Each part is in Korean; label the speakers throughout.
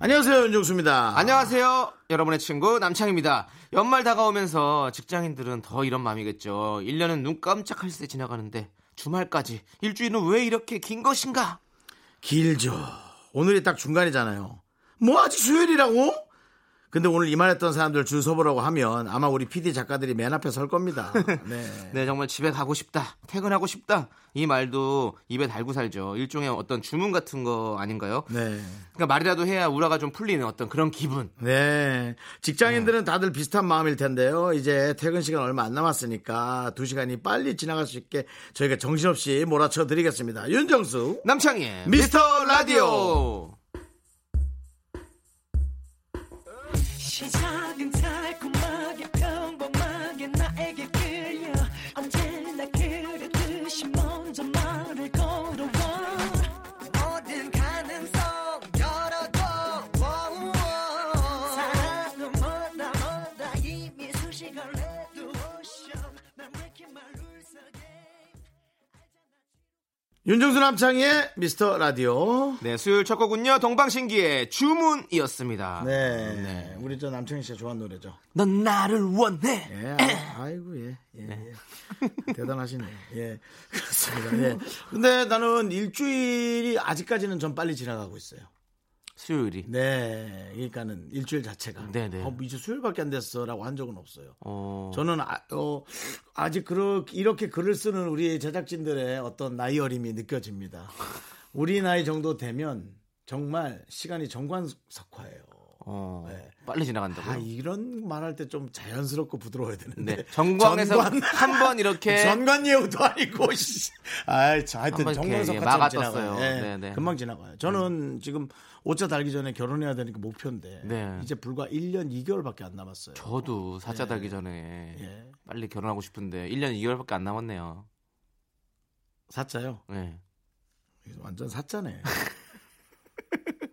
Speaker 1: 안녕하세요 윤정수입니다
Speaker 2: 아. 안녕하세요. 여러분의 친구 남창입니다. 연말 다가오면서 직장인들은 더 이런 마음이겠죠. 1년은 눈 깜짝할 새 지나가는데 주말까지 일주일은 왜 이렇게 긴 것인가?
Speaker 1: 길죠 오늘이 딱 중간이잖아요 뭐 아직 수요일이라고? 근데 오늘 이만했던 사람들 줄 서보라고 하면 아마 우리 PD 작가들이 맨 앞에 설 겁니다 네.
Speaker 2: 네, 정말 집에 가고 싶다. 퇴근하고 싶다. 이 말도 입에 달고 살죠. 일종의 어떤 주문 같은 거 아닌가요?
Speaker 1: 네.
Speaker 2: 그러니까 말이라도 해야 우라가 좀 풀리는 어떤 그런 기분.
Speaker 1: 네. 직장인들은 다들 비슷한 마음일 텐데요. 이제 퇴근 시간 얼마 안 남았으니까 두 시간이 빨리 지나갈 수 있게 저희가 정신없이 몰아쳐 드리겠습니다. 윤정수.
Speaker 2: 남창희의
Speaker 1: 네. 미스터 라디오.
Speaker 2: 미스터
Speaker 3: 시작은 달콤하게 평범하게 나에게 끌려 언제나 그랬듯이 먼저 말을 걸어와 모든 가능성 열어둬 사랑은 뭐다 뭐다 이미 수식을 해도 오션 난 왜이렇게 말울싸게
Speaker 1: 윤정수 남창희의 미스터 라디오.
Speaker 2: 네, 수요일 첫 곡은요. 동방신기의 주문이었습니다.
Speaker 1: 네. 우리 저 남창희 씨가 좋아하는 노래죠.
Speaker 2: 넌 나를 원해.
Speaker 1: 예. 아, 아이고, 예. 예,
Speaker 2: 네.
Speaker 1: 예. 대단하시네요. 예. 그렇습니다. 예. 근데 나는 일주일이 아직까지는 좀 빨리 지나가고 있어요.
Speaker 2: 수요일이.
Speaker 1: 네. 그러니까는 일주일 자체가.
Speaker 2: 네네.
Speaker 1: 어, 이제 수요일밖에 안 됐어라고 한 적은 없어요.
Speaker 2: 어.
Speaker 1: 저는 아, 직 그렇게 이렇게 글을 쓰는 우리 제작진들의 어떤 나이 어림이 느껴집니다. 우리 나이 정도 되면 정말 시간이 정관석화예요.
Speaker 2: 어,
Speaker 1: 네.
Speaker 2: 빨리 지나간다고.
Speaker 1: 아 이런 말할 때 좀 자연스럽고 부드러워야 되는데.
Speaker 2: 네. 정관에서
Speaker 1: 전관-
Speaker 2: 한 번 이렇게
Speaker 1: 전관 예우도 아니고. 씨. 아이, 참, 하여튼
Speaker 2: 한번 이렇게, 예,
Speaker 1: 정관석화처럼
Speaker 2: 막았었어요.
Speaker 1: 지나가요.
Speaker 2: 네, 네.
Speaker 1: 금방 지나가요. 저는 지금 5차 달기 전에 결혼해야 되는 게 목표인데
Speaker 2: 네.
Speaker 1: 이제 불과 1년 2개월밖에 안 남았어요.
Speaker 2: 저도 사자 달기 전에
Speaker 1: 네. 예.
Speaker 2: 빨리 결혼하고 싶은데 1년 2개월밖에 안 남았네요.
Speaker 1: 사짜요.
Speaker 2: 네.
Speaker 1: 완전 사짜네.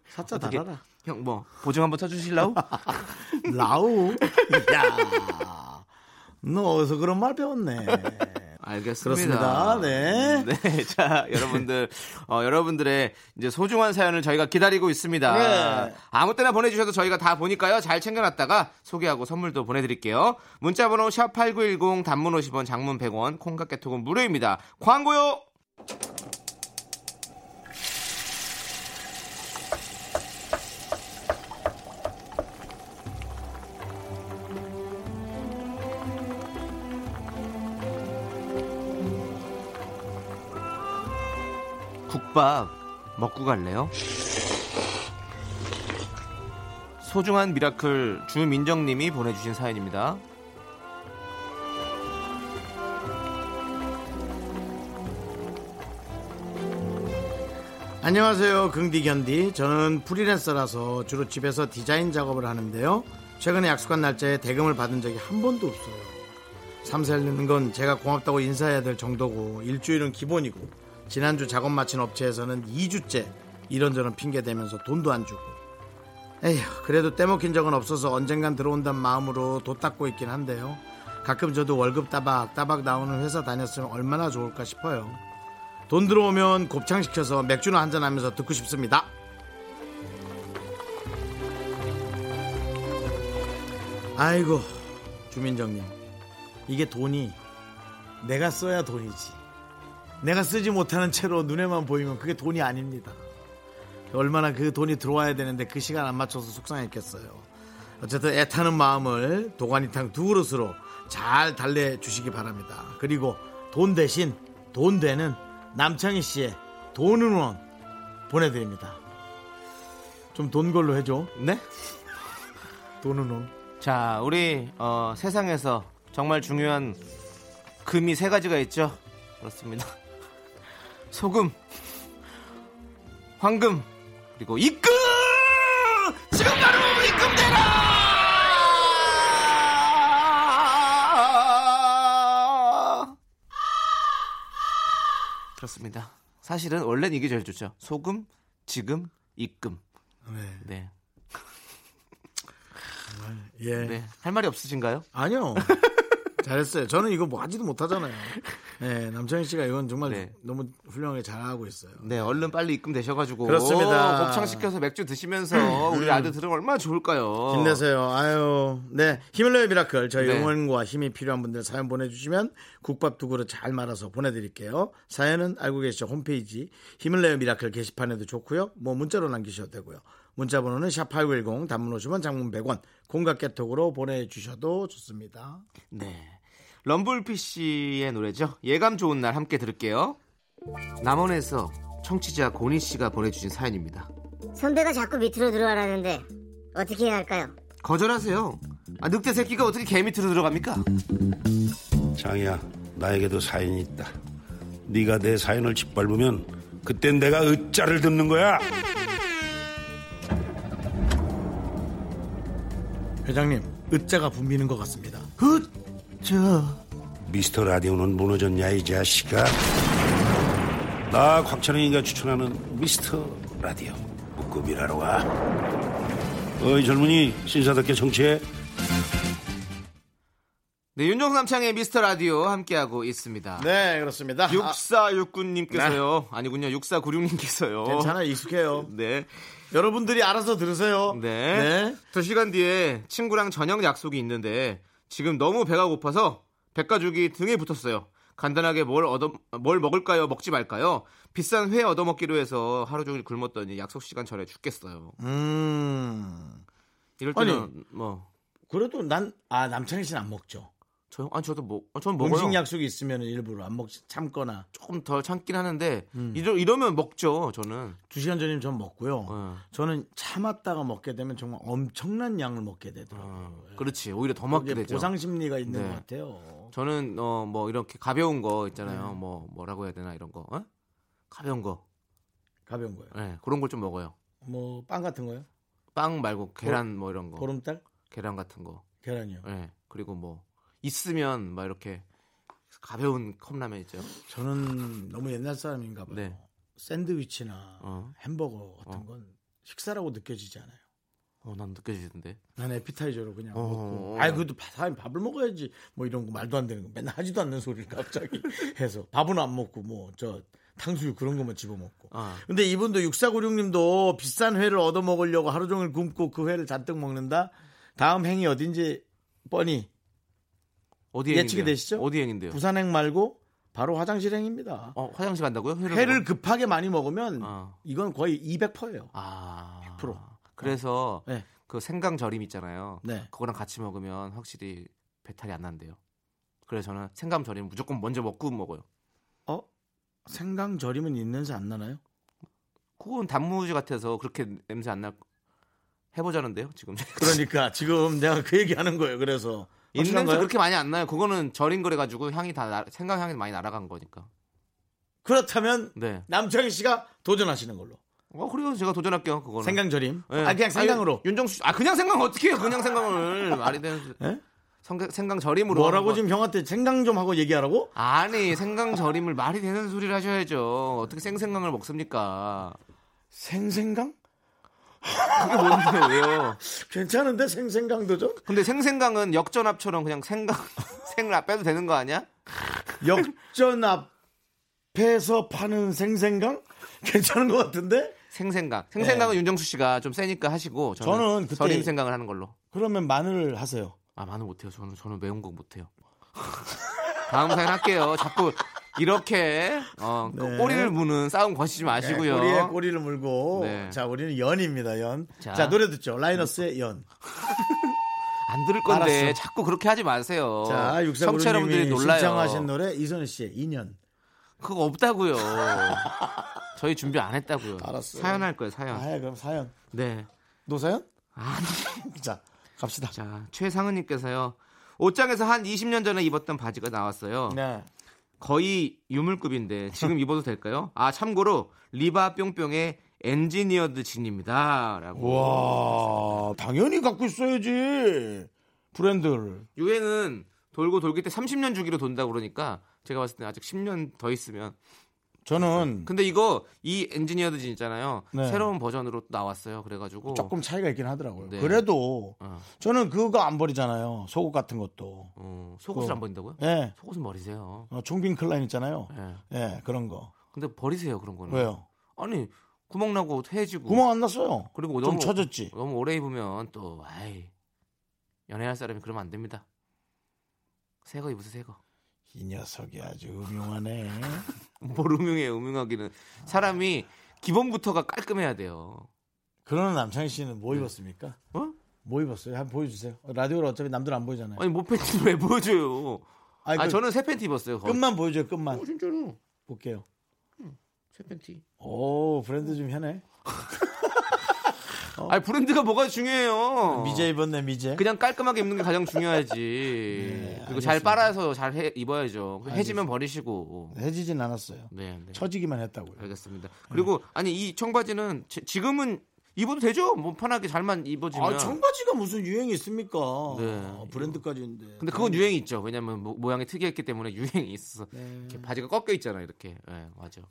Speaker 1: 사짜
Speaker 2: 어떻게-
Speaker 1: 달아라.
Speaker 2: 형 뭐 보증 한번 쳐주실라고?
Speaker 1: 라우. 야. 너 어디서 그런 말 배웠네.
Speaker 2: 알겠습니다.
Speaker 1: 그렇습니다.
Speaker 2: 음,
Speaker 1: 네.
Speaker 2: 자, 여러분들, 어, 여러분들의 이제 소중한 사연을 저희가 기다리고 있습니다.
Speaker 1: 네.
Speaker 2: 아무 때나 보내주셔도 저희가 다 보니까요. 잘 챙겨놨다가 소개하고 선물도 보내드릴게요. 문자번호 샵8910 단문 50원, 장문 100원, 콩깍개톡은 무료입니다. 광고요! 국밥 먹고 갈래요? 소중한 미라클 주민정님이 보내주신 사연입니다.
Speaker 1: 안녕하세요. 긍디 견디. 저는 프리랜서라서 주로 집에서 디자인 작업을 하는데요. 최근에 약속한 날짜에 대금을 받은 적이 한 번도 없어요. 삼살리는 건 제가 고맙다고 인사해야 될 정도고 일주일은 기본이고 지난주 작업 마친 업체에서는 2주째 이런저런 핑계 대면서 돈도 안 주고 에휴, 그래도 떼먹힌 적은 없어서 언젠간 들어온단 마음으로 도 닦고 있긴 한데요. 가끔 저도 월급 따박 따박 나오는 회사 다녔으면 얼마나 좋을까 싶어요. 돈 들어오면 곱창 시켜서 맥주나 한잔 하면서 듣고 싶습니다. 아이고, 주민정님. 이게 돈이 내가 써야 돈이지. 내가 쓰지 못하는 채로 눈에만 보이면 그게 돈이 아닙니다. 얼마나 그 돈이 들어와야 되는데 그 시간 안 맞춰서 속상했겠어요. 어쨌든 애타는 마음을 도가니탕 두 그릇으로 잘 달래주시기 바랍니다. 그리고 돈 대신 돈 되는 남창희 씨의 돈 응원 보내드립니다. 좀 돈 걸로 해줘.
Speaker 2: 네?
Speaker 1: 돈 응원.
Speaker 2: 자, 우리 어, 세상에서 정말 중요한 금이 세 가지가 있죠. 그렇습니다. 소금, 황금, 그리고 입금! 지금 바로 입금 그렇습니다. 사실은 원래는 이게 제일 좋죠. 소금, 지금, 입금.
Speaker 1: 네.
Speaker 2: 네.
Speaker 1: 예.
Speaker 2: 네. 할 말이 없으신가요?
Speaker 1: 아니요. 잘했어요. 저는 이거 뭐 하지도 못하잖아요. 네, 남창희 씨가 이건 정말
Speaker 2: 네.
Speaker 1: 너무 훌륭하게 잘하고 있어요.
Speaker 2: 네, 얼른 빨리 입금되셔가지고.
Speaker 1: 그렇습니다. 음.
Speaker 2: 곱창시켜서 맥주 드시면서 우리 아들 들으면 얼마나
Speaker 1: 어.
Speaker 2: 좋을까요?
Speaker 1: 힘내세요. 아유, 네. 힘을 내요 미라클. 저희
Speaker 2: 네.
Speaker 1: 응원과 힘이 필요한 분들 사연 보내주시면 국밥 두 그릇 잘 말아서 보내드릴게요. 사연은 알고 계시죠? 홈페이지 힘을 내요 미라클 게시판에도 좋고요. 뭐 문자로 남기셔도 되고요. 문자 번호는 샵8910 단문 50원 장문 100원 공각 개톡으로 보내주셔도 좋습니다.
Speaker 2: 네. 럼블피 씨의 노래죠. 예감 좋은 날 함께 들을게요. 남원에서 청취자 고니 씨가 보내주신 사연입니다.
Speaker 4: 선배가 자꾸 밑으로 들어와라는데 어떻게 해야 할까요?
Speaker 2: 거절하세요. 아, 늑대 새끼가 어떻게 개 밑으로 들어갑니까?
Speaker 5: 장이야 나에게도 사연이 있다 네가 내 사연을 짓밟으면 그땐 내가 으짜를 듣는 거야
Speaker 1: 회장님, 으자가 붐비는 것 같습니다.
Speaker 5: 미스터 라디오는 무너졌냐 이 자식아 나 곽찬영이가 추천하는 미스터 라디오 묶음 일하러 와 어이 젊은이 신사답게 정치해
Speaker 2: 네, 윤종수 남창의 미스터 라디오 함께하고 있습니다.
Speaker 1: 네, 그렇습니다. 아,
Speaker 2: 6469님께서요. 아니군요. 6496님께서요.
Speaker 1: 괜찮아요. 익숙해요.
Speaker 2: 네.
Speaker 1: 여러분들이 알아서 들으세요.
Speaker 2: 네. 두 시간 뒤에 친구랑 저녁 약속이 있는데 지금 너무 배가 고파서 백가죽이 등에 붙었어요. 간단하게 뭘 얻어 뭘 먹을까요? 먹지 말까요? 비싼 회 얻어 먹기로 해서 하루 종일 굶었더니 약속 시간 전에 죽겠어요.
Speaker 1: 음.
Speaker 2: 이럴
Speaker 1: 아니.
Speaker 2: 때는 뭐
Speaker 1: 그래도 난, 아, 남창희 씨는 안 먹죠.
Speaker 2: 저요? 아니 저도 뭐 어, 저는 먹어요.
Speaker 1: 음식 약속이 있으면 일부러 안 먹지, 참거나.
Speaker 2: 조금 덜 참긴 하는데
Speaker 1: 음.
Speaker 2: 이러, 이러면 먹죠. 저는
Speaker 1: 두 시간 전이면 전 먹고요.
Speaker 2: 어.
Speaker 1: 저는 참았다가 먹게 되면 정말 엄청난 양을 먹게 되더라고요.
Speaker 2: 어, 그렇지 오히려 더 먹게
Speaker 1: 그게
Speaker 2: 되죠.
Speaker 1: 보상 심리가 있는
Speaker 2: 네.
Speaker 1: 것 같아요.
Speaker 2: 저는 어 뭐 이렇게 가벼운 거
Speaker 1: 네.
Speaker 2: 있잖아요. 뭐 뭐라고 해야 되나 이런 거 어? 가벼운 거
Speaker 1: 가벼운 거예요.
Speaker 2: 네, 그런 걸 좀 먹어요.
Speaker 1: 뭐 빵 같은 거요?
Speaker 2: 빵 말고 계란 뭐 이런 거
Speaker 1: 보름달?
Speaker 2: 계란 같은 거
Speaker 1: 계란이요.
Speaker 2: 예 그리고 뭐 있으면 막 이렇게 가벼운 컵라면 있죠
Speaker 1: 저는 너무 옛날 사람인가 봐요.
Speaker 2: 네.
Speaker 1: 샌드위치나
Speaker 2: 어.
Speaker 1: 햄버거 같은
Speaker 2: 어.
Speaker 1: 건 식사라고 느껴지지 않아요.
Speaker 2: 어난 느껴지던데
Speaker 1: 난 에피타이저로 그냥
Speaker 2: 어,
Speaker 1: 먹고.
Speaker 2: 어.
Speaker 1: 아이 그래도 밥- 사람이 밥을 먹어야지. 뭐 이런 거 말도 안 되는 거 맨날 하지도 않는 소리를 갑자기 해서 밥은 안 먹고 뭐 저 탕수육 그런 것만 집어 먹고.
Speaker 2: 아.
Speaker 1: 근데 이분도 6496님도 비싼 회를 얻어 먹으려고 하루 종일 굶고 그 회를 잔뜩 먹는다. 다음 행이 어딘지 뻔히
Speaker 2: 어디
Speaker 1: 예측이
Speaker 2: 행인데요?
Speaker 1: 되시죠?
Speaker 2: 어디 행인데요
Speaker 1: 부산행 말고 바로 화장실 행입니다.
Speaker 2: 어 화장실 간다고요 회를,
Speaker 1: 회를 그
Speaker 2: 먹어?
Speaker 1: 급하게 많이 먹으면
Speaker 2: 어.
Speaker 1: 이건 거의 200%예요.
Speaker 2: 아
Speaker 1: 100%.
Speaker 2: 그래서
Speaker 1: 네.
Speaker 2: 그 생강 절임 있잖아요
Speaker 1: 네.
Speaker 2: 그거랑 같이 먹으면 확실히 배탈이 안 난대요 그래서 저는 생강 절임 무조건 먼저 먹고 먹어요
Speaker 1: 어? 생강 절임은 있 냄새 안 나나요?
Speaker 2: 그건 단무지 같아서 그렇게 냄새 안 날 해보자는데요 지금
Speaker 1: 그러니까 지금 내가 그 얘기하는 거예요. 그래서
Speaker 2: 있는 냄새
Speaker 1: 확실한가요?
Speaker 2: 그렇게 많이 안 나요. 그거는 절인 거래 가지고 향이 다 나- 생강 향이 많이 날아간 거니까.
Speaker 1: 그렇다면
Speaker 2: 네.
Speaker 1: 남창희 씨가 도전하시는 걸로
Speaker 2: 어 그래요. 제가 도전할게요. 그거는.
Speaker 1: 생강절임.
Speaker 2: 예.
Speaker 1: 아 그냥 생강으로.
Speaker 2: 아니, 윤정수 씨- 아 그냥 생강 어떻게 해요? 그냥 생강을 말이 되는.
Speaker 1: 예?
Speaker 2: 성- 생강 절임으로.
Speaker 1: 뭐라고
Speaker 2: 한번-
Speaker 1: 지금 형한테 생강 좀 하고 얘기하라고?
Speaker 2: 아니 생강 절임을 말이 되는 소리를 하셔야죠. 어떻게 생생강을 먹습니까?
Speaker 1: 생생강?
Speaker 2: 그게 뭔데요? 왜요?
Speaker 1: 괜찮은데 생생강도 좀
Speaker 2: 근데 생생강은 역전압처럼 그냥 생강 생을 앞 빼도 되는 거 아니야?
Speaker 1: 역전 앞에서 파는 생생강 괜찮은 것 같은데?
Speaker 2: 생생강. 생생강은 윤정수 씨가 좀 세니까 하시고 저는,
Speaker 1: 예. 저는 그때-
Speaker 2: 절임 생강을 하는 걸로.
Speaker 1: 그러면 마늘 하세요.
Speaker 2: 아 마늘 못해요. 저는 저는 매운 거 못해요. 다음 사연 할게요. 자꾸 이렇게 어, 그
Speaker 1: 네.
Speaker 2: 꼬리를 무는 싸움 거시지 마시고요.
Speaker 1: 네, 꼬리에 꼬리를 물고
Speaker 2: 네.
Speaker 1: 자 우리는 연입니다 연. 자,
Speaker 2: 자.
Speaker 1: 노래 듣죠 라이너스의 연.
Speaker 2: 안 들을 건데
Speaker 1: 알았어.
Speaker 2: 자꾸 그렇게 하지 마세요.
Speaker 1: 자
Speaker 2: 어, 청취자 여러분들이
Speaker 1: 육사구님이
Speaker 2: 놀라요.
Speaker 1: 신청하신 노래 이선희 씨의 인연.
Speaker 2: 그거 없다고요. 저희 준비 안 했다고요.
Speaker 1: 알았어요.
Speaker 2: 사연 할 거예요. 사연.
Speaker 1: 아 그럼 사연
Speaker 2: 네.
Speaker 1: 노사연?
Speaker 2: 아니.
Speaker 1: 자 갑시다.
Speaker 2: 자 최상은님께서요. 옷장에서 한 20년 전에 입었던 바지가 나왔어요.
Speaker 1: 네.
Speaker 2: 거의 유물급인데 지금 입어도 될까요? 아 참고로 리바 뿅뿅의 엔지니어드 진입니다라고.
Speaker 1: 와 당연히 갖고 있어야지 브랜드를
Speaker 2: 유행은 돌고 돌기 때 30년 주기로 돈다 그러니까 제가 봤을 때 아직 10년 더 있으면
Speaker 1: 저는
Speaker 2: 근데 이거 이 엔지니어드진 있잖아요.
Speaker 1: 네.
Speaker 2: 새로운 버전으로 또 나왔어요. 그래가지고
Speaker 1: 조금 차이가 있긴 하더라고요.
Speaker 2: 네.
Speaker 1: 그래도
Speaker 2: 어.
Speaker 1: 저는 그거 안 버리잖아요. 속옷 같은 것도.
Speaker 2: 어, 속옷을
Speaker 1: 그거.
Speaker 2: 안 버린다고요?
Speaker 1: 예.
Speaker 2: 속옷은 버리세요.
Speaker 1: 어, 총빈 클라인 있잖아요.
Speaker 2: 예.
Speaker 1: 예, 그런 거.
Speaker 2: 근데 버리세요 그런 거는.
Speaker 1: 왜요?
Speaker 2: 아니 구멍 나고 해지고
Speaker 1: 구멍 안 났어요. 좀
Speaker 2: 그리고 너무
Speaker 1: 쳐졌지.
Speaker 2: 너무 오래 입으면 또 아이 연애할 사람이 그러면 안 됩니다. 새거 입으세요 새거.
Speaker 1: 이 녀석이 아주 음흉하네.
Speaker 2: 뭘 음흉해 음흉하기는 사람이 기본부터가 깔끔해야 돼요.
Speaker 1: 그러는 남창희 씨는 뭐 입었습니까?
Speaker 2: 네. 어?
Speaker 1: 뭐 입었어요? 한번 보여주세요. 라디오를 어차피 남들 안 보이잖아요.
Speaker 2: 아니 뭐 팬티를 왜 보여줘요? 아
Speaker 1: 그
Speaker 2: 저는 새 팬티 입었어요. 거의.
Speaker 1: 끝만 보여줘요. 끝만
Speaker 2: 어, 진짜로
Speaker 1: 볼게요.
Speaker 2: 새 팬티.
Speaker 1: 오 브랜드 좀 현해.
Speaker 2: 아니 브랜드가 뭐가 중요해요?
Speaker 1: 미제 입었네 미제.
Speaker 2: 그냥 깔끔하게 입는 게 가장 중요하지. 그리고
Speaker 1: 네,
Speaker 2: 잘
Speaker 1: 알겠습니다.
Speaker 2: 빨아서 잘 해, 입어야죠. 그 해지면 버리시고.
Speaker 1: 해지진 않았어요.
Speaker 2: 네, 네.
Speaker 1: 처지기만 했다고요.
Speaker 2: 알겠습니다. 그리고
Speaker 1: 네.
Speaker 2: 아니 이 청바지는 지- 지금은 입어도 되죠? 뭐 편하게 잘만 입어지면.
Speaker 1: 아 청바지가 무슨 유행이 있습니까?
Speaker 2: 네.
Speaker 1: 아, 브랜드까지 있는데.
Speaker 2: 근데 그건 유행이 있죠. 왜냐면 모, 양이 특이했기 때문에 유행이 있어서
Speaker 1: 네.
Speaker 2: 이렇게 바지가 꺾여 있잖아요. 이렇게. 네, 맞아.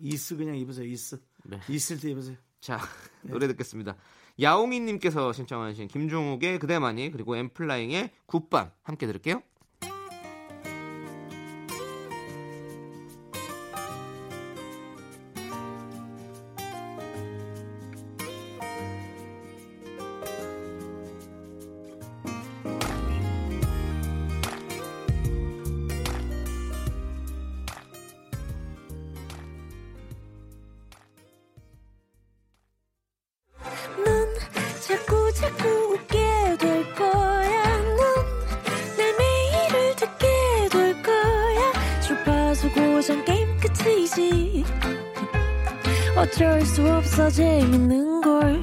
Speaker 1: 이스 그냥 입으세요. 이스.
Speaker 2: 네.
Speaker 1: 있을 때 입으세요.
Speaker 2: 자
Speaker 1: 네.
Speaker 2: 노래 듣겠습니다. 야옹이님께서 신청하신 김종욱의 그대만이 그리고 엠플라잉의 굿밤 함께 들을게요.
Speaker 3: 넌 자꾸 자꾸 웃게 될 거야. 넌내 매일을 듣게 될 거야. 주파수 고정 게임 끝이지. 어쩔 수 없어 재밌는 걸.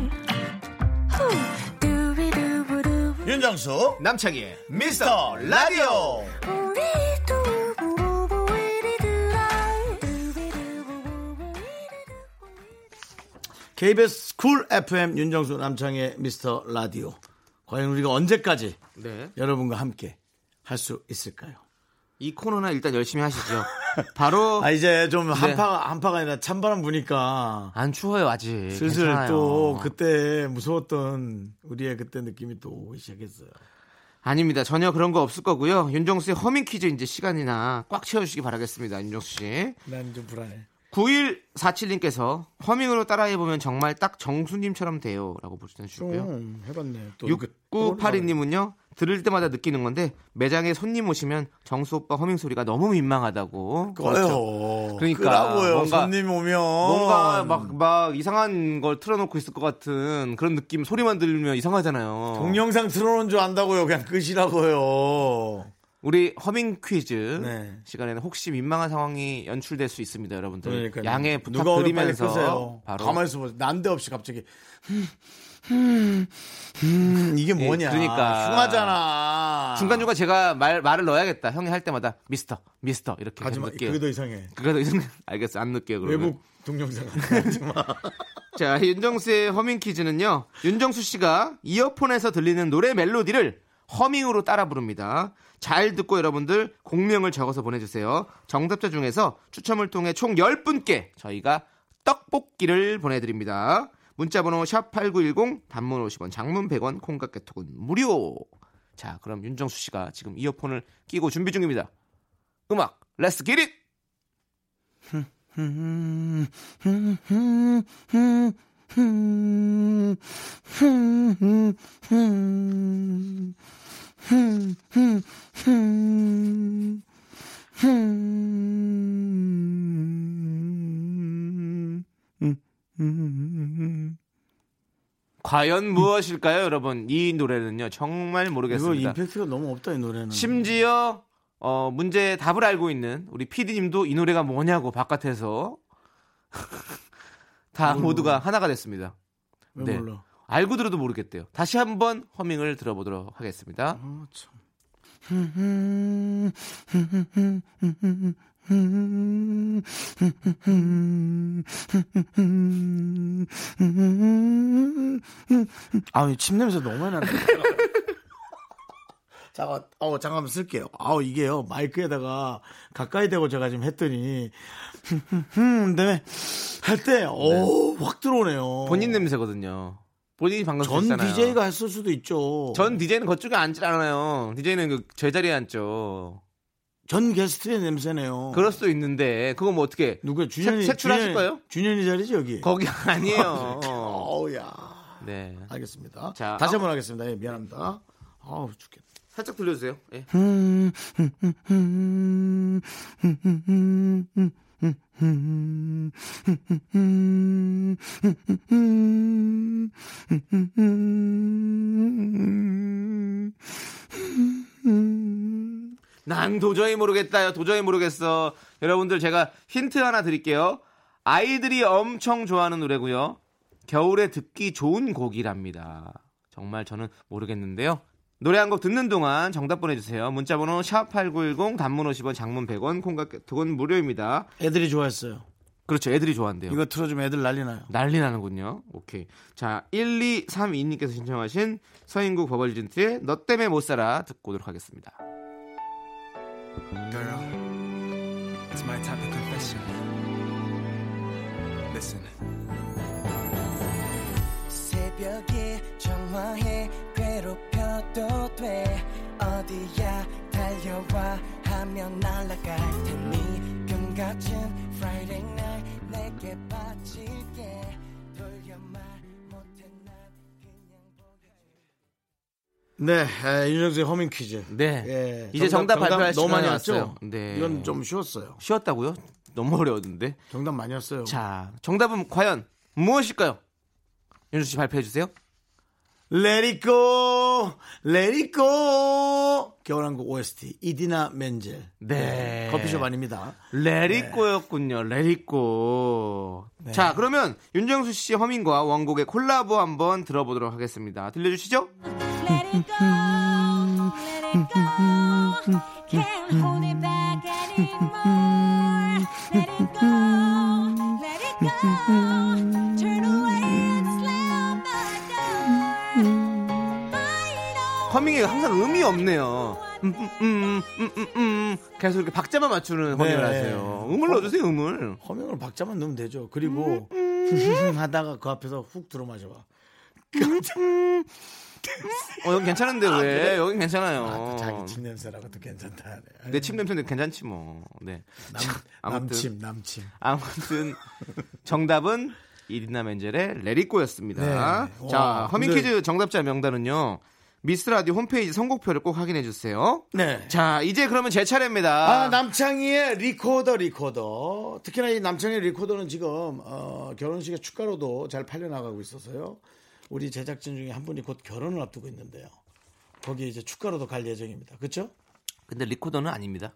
Speaker 3: 후. 두비두부두.
Speaker 1: 윤정수
Speaker 2: 남창희의
Speaker 1: 미스터 라디오.
Speaker 3: 우리 두부부부 우리들아. 두비두부부부 우리들아.
Speaker 1: KBS 쿨 FM 윤정수 남창의 미스터 라디오. 과연 우리가 언제까지
Speaker 2: 네.
Speaker 1: 여러분과 함께 할 수 있을까요?
Speaker 2: 이 코너나 일단 열심히 하시죠. 바로
Speaker 1: 아 이제 좀
Speaker 2: 네.
Speaker 1: 한파가 한파가 아니라 찬바람 부니까
Speaker 2: 안 추워요 아직.
Speaker 1: 슬슬
Speaker 2: 괜찮아요.
Speaker 1: 또 그때 무서웠던 우리의 그때 느낌이 또 오기 시작했어요.
Speaker 2: 아닙니다. 전혀 그런 거 없을 거고요. 윤정수의 허밍 퀴즈 이제 시간이나 꽉 채워주시기 바라겠습니다. 윤정수 씨.
Speaker 1: 난 좀 불안해.
Speaker 2: 9147님께서 허밍으로 따라해보면 정말 딱 정수님처럼 돼요. 라고 보내주셨고요.
Speaker 1: 좀 해봤네. 또 그-
Speaker 2: 6982님은요. 들을 때마다 느끼는 건데 매장에 손님 오시면 정수 오빠 허밍 소리가 너무 민망하다고.
Speaker 1: 그렇죠. 꺼요. 아.
Speaker 2: 그러니까
Speaker 1: 끄라고요.
Speaker 2: 뭔가-
Speaker 1: 손님 오면
Speaker 2: 뭔가 막, 막 이상한 걸 틀어놓고 있을 것 같은 그런 느낌 소리만 들으면 이상하잖아요.
Speaker 1: 동영상 틀어놓은 줄 안다고요. 그냥 끝이라고요.
Speaker 2: 우리 허밍 퀴즈
Speaker 1: 네.
Speaker 2: 시간에는 혹시 민망한 상황이 연출될 수 있습니다, 여러분들.
Speaker 1: 그러니까
Speaker 2: 양해
Speaker 1: 누가 오면 빨리
Speaker 2: 부탁드리면서
Speaker 1: 끄세요.
Speaker 2: 바로
Speaker 1: 가만히 있어 보세요. 난데없이 갑자기 음, 이게 뭐냐?
Speaker 2: 그러니까.
Speaker 1: 흉하잖아.
Speaker 2: 중간중간 제가 말 말을 넣어야겠다. 형이 할 때마다 미스터, 미스터 이렇게
Speaker 1: 하지마.
Speaker 2: 해볼게요.
Speaker 1: 그게 더 이상해.
Speaker 2: 그거 더 이상 알겠어. 안 넣을게요. 그러면.
Speaker 1: 외국 동영상 하지마.
Speaker 2: 자, 윤정수의 허밍 퀴즈는요. 윤정수 씨가 이어폰에서 들리는 노래 멜로디를 허밍으로 따라 부릅니다. 잘 듣고 여러분들 공명을 적어서 보내주세요. 정답자 중에서 추첨을 통해 총 10분께 저희가 떡볶이를 보내드립니다. 문자번호 샵8910 단문 50원 장문 100원 콩깍개톡은 무료 자 그럼 윤정수 씨가 지금 이어폰을 끼고 준비 중입니다. 음악 렛츠 기릿 과연 무엇일까요 여러분 이 노래는요 정말
Speaker 1: 이거
Speaker 2: 모르겠습니다.
Speaker 1: 임팩트가 너무 없다 이 노래는.
Speaker 2: 음. 심지어 어, 문제의 답을 알고 있는 우리 PD님도 이 노래가 뭐냐고 바깥에서 다 모두가 하나가 됐습니다.
Speaker 1: 왜
Speaker 2: 네.
Speaker 1: 몰라?
Speaker 2: 알고 들어도 모르겠대요. 다시 한번 허밍을 들어보도록 하겠습니다.
Speaker 1: 아, 참. 아침 냄새 너무 많이 나네. 자, 어, 어, 잠깐만 쓸게요. 아우, 이게요. 마이크에다가 가까이 대고 제가 지금 했더니, 흠, 네. 할 때, 오, 확 들어오네요.
Speaker 2: 본인 냄새거든요. 본인이 방금
Speaker 1: 전
Speaker 2: 그랬잖아요.
Speaker 1: DJ가 했을 수도 있죠.
Speaker 2: 전 DJ는 거쪽에 앉질 않아요. DJ는 그 제자리에 앉죠.
Speaker 1: 전 게스트의 냄새네요.
Speaker 2: 그럴 수도 있는데 그거 뭐 어떻게
Speaker 1: 누구야? 준현이.
Speaker 2: 색출하실
Speaker 1: 준현이-
Speaker 2: 거예요?
Speaker 1: 준현이 자리지, 여기?
Speaker 2: 거기 아니에요.
Speaker 1: 어우야.
Speaker 2: 네.
Speaker 1: 알겠습니다.
Speaker 2: 자,
Speaker 1: 다시
Speaker 2: 아-
Speaker 1: 한번 하겠습니다. 예, 미안합니다. 아우, 죽겠네.
Speaker 2: 살짝 돌려주세요. 예. 난 도저히 모르겠다요. 도저히 모르겠어. 여러분들 제가 힌트 하나 드릴게요. 아이들이 엄청 좋아하는 노래고요. 겨울에 듣기 좋은 곡이랍니다. 정말 저는 모르겠는데요. 노래 한 곡 듣는 동안 정답 보내주세요. 문자번호 샵8910 단문 50원 장문 100원 콩깍 두건 무료입니다.
Speaker 1: 애들이 좋아했어요.
Speaker 2: 그렇죠. 애들이 좋아한대요.
Speaker 1: 이거 틀어주면 애들 난리 나요.
Speaker 2: 난리 나는군요. 오케이. 자, 1232님께서 신청하신 서인국 버벌진트의 너 때문에 못 살아 듣고 오도록 하겠습니다.
Speaker 6: Girl, it's my type of confession. Listen.
Speaker 7: 새벽에 정화해 괴롭혀도 돼 어디야 달려와 하면 날아갈 테니 금같은 Friday night 내게 바칠게 돌려 말 못해 난 그냥 보여줘
Speaker 1: 네, 에, 윤정수의 허밍 퀴즈.
Speaker 2: 네.
Speaker 1: 예,
Speaker 2: 이제 정답, 발표할
Speaker 1: 너무
Speaker 2: 시간이
Speaker 1: 많이
Speaker 2: 왔어요.
Speaker 1: 왔죠?
Speaker 2: 네.
Speaker 1: 이건 좀 쉬웠어요.
Speaker 2: 쉬웠다고요? 너무 어려웠는데.
Speaker 1: 정답 많이 왔어요.
Speaker 2: 자, 정답은 과연 무엇일까요? 윤수 씨 발표해 주세요.
Speaker 1: Let it go, let it go. 겨울왕국 OST 이디나 멘젤.
Speaker 2: 네.
Speaker 1: 커피숍 아닙니다.
Speaker 2: 레리꼬였군요. 레리꼬. 자, 그러면 윤정수 씨 허민과 원곡의 콜라보 한번 들어보도록 하겠습니다. 들려주시죠.
Speaker 3: Let it go, let it go. Can't hold it back anymore. Let it go, let it go. Turn away and slam the door. Fight on.
Speaker 2: 허밍이 항상 음이 없네요. 음, 음, 음, 음, 음, 음. 계속 이렇게 박자만 맞추는 허밍을
Speaker 1: 네.
Speaker 2: 하세요. 음을 넣어주세요, 음을.
Speaker 1: 허밍을 박자만 넣으면 되죠. 그리고 음, 하다가 그 앞에서 훅 들어마셔봐.
Speaker 2: 어, 여기 괜찮은데
Speaker 1: 아,
Speaker 2: 왜? 여기 괜찮아요.
Speaker 1: 그 자기 침 냄새라고 도 괜찮다. 어. 하네.
Speaker 2: 내 침 냄새는 괜찮지 뭐. 네. 자,
Speaker 1: 남,
Speaker 2: 아무튼
Speaker 1: 침 남침.
Speaker 2: 아무튼 정답은 이디나 멘젤의 레리꼬였습니다.
Speaker 1: 네.
Speaker 2: 자,
Speaker 1: 와,
Speaker 2: 허밍
Speaker 1: 근데-
Speaker 2: 퀴즈 정답자 명단은요. 미스 라디오 홈페이지 선곡표를 꼭 확인해 주세요.
Speaker 1: 네.
Speaker 2: 자, 이제 그러면 제 차례입니다.
Speaker 1: 아, 남창희의 리코더 리코더. 특히나 이 남창희의 리코더는 지금 어, 결혼식의 축가로도 잘 팔려나가고 있어서요. 우리 제작진 중에 한 분이 곧 결혼을 앞두고 있는데요. 거기에 이제 축가로도 갈 예정입니다. 그렇죠?
Speaker 2: 근데 리코더는 아닙니다.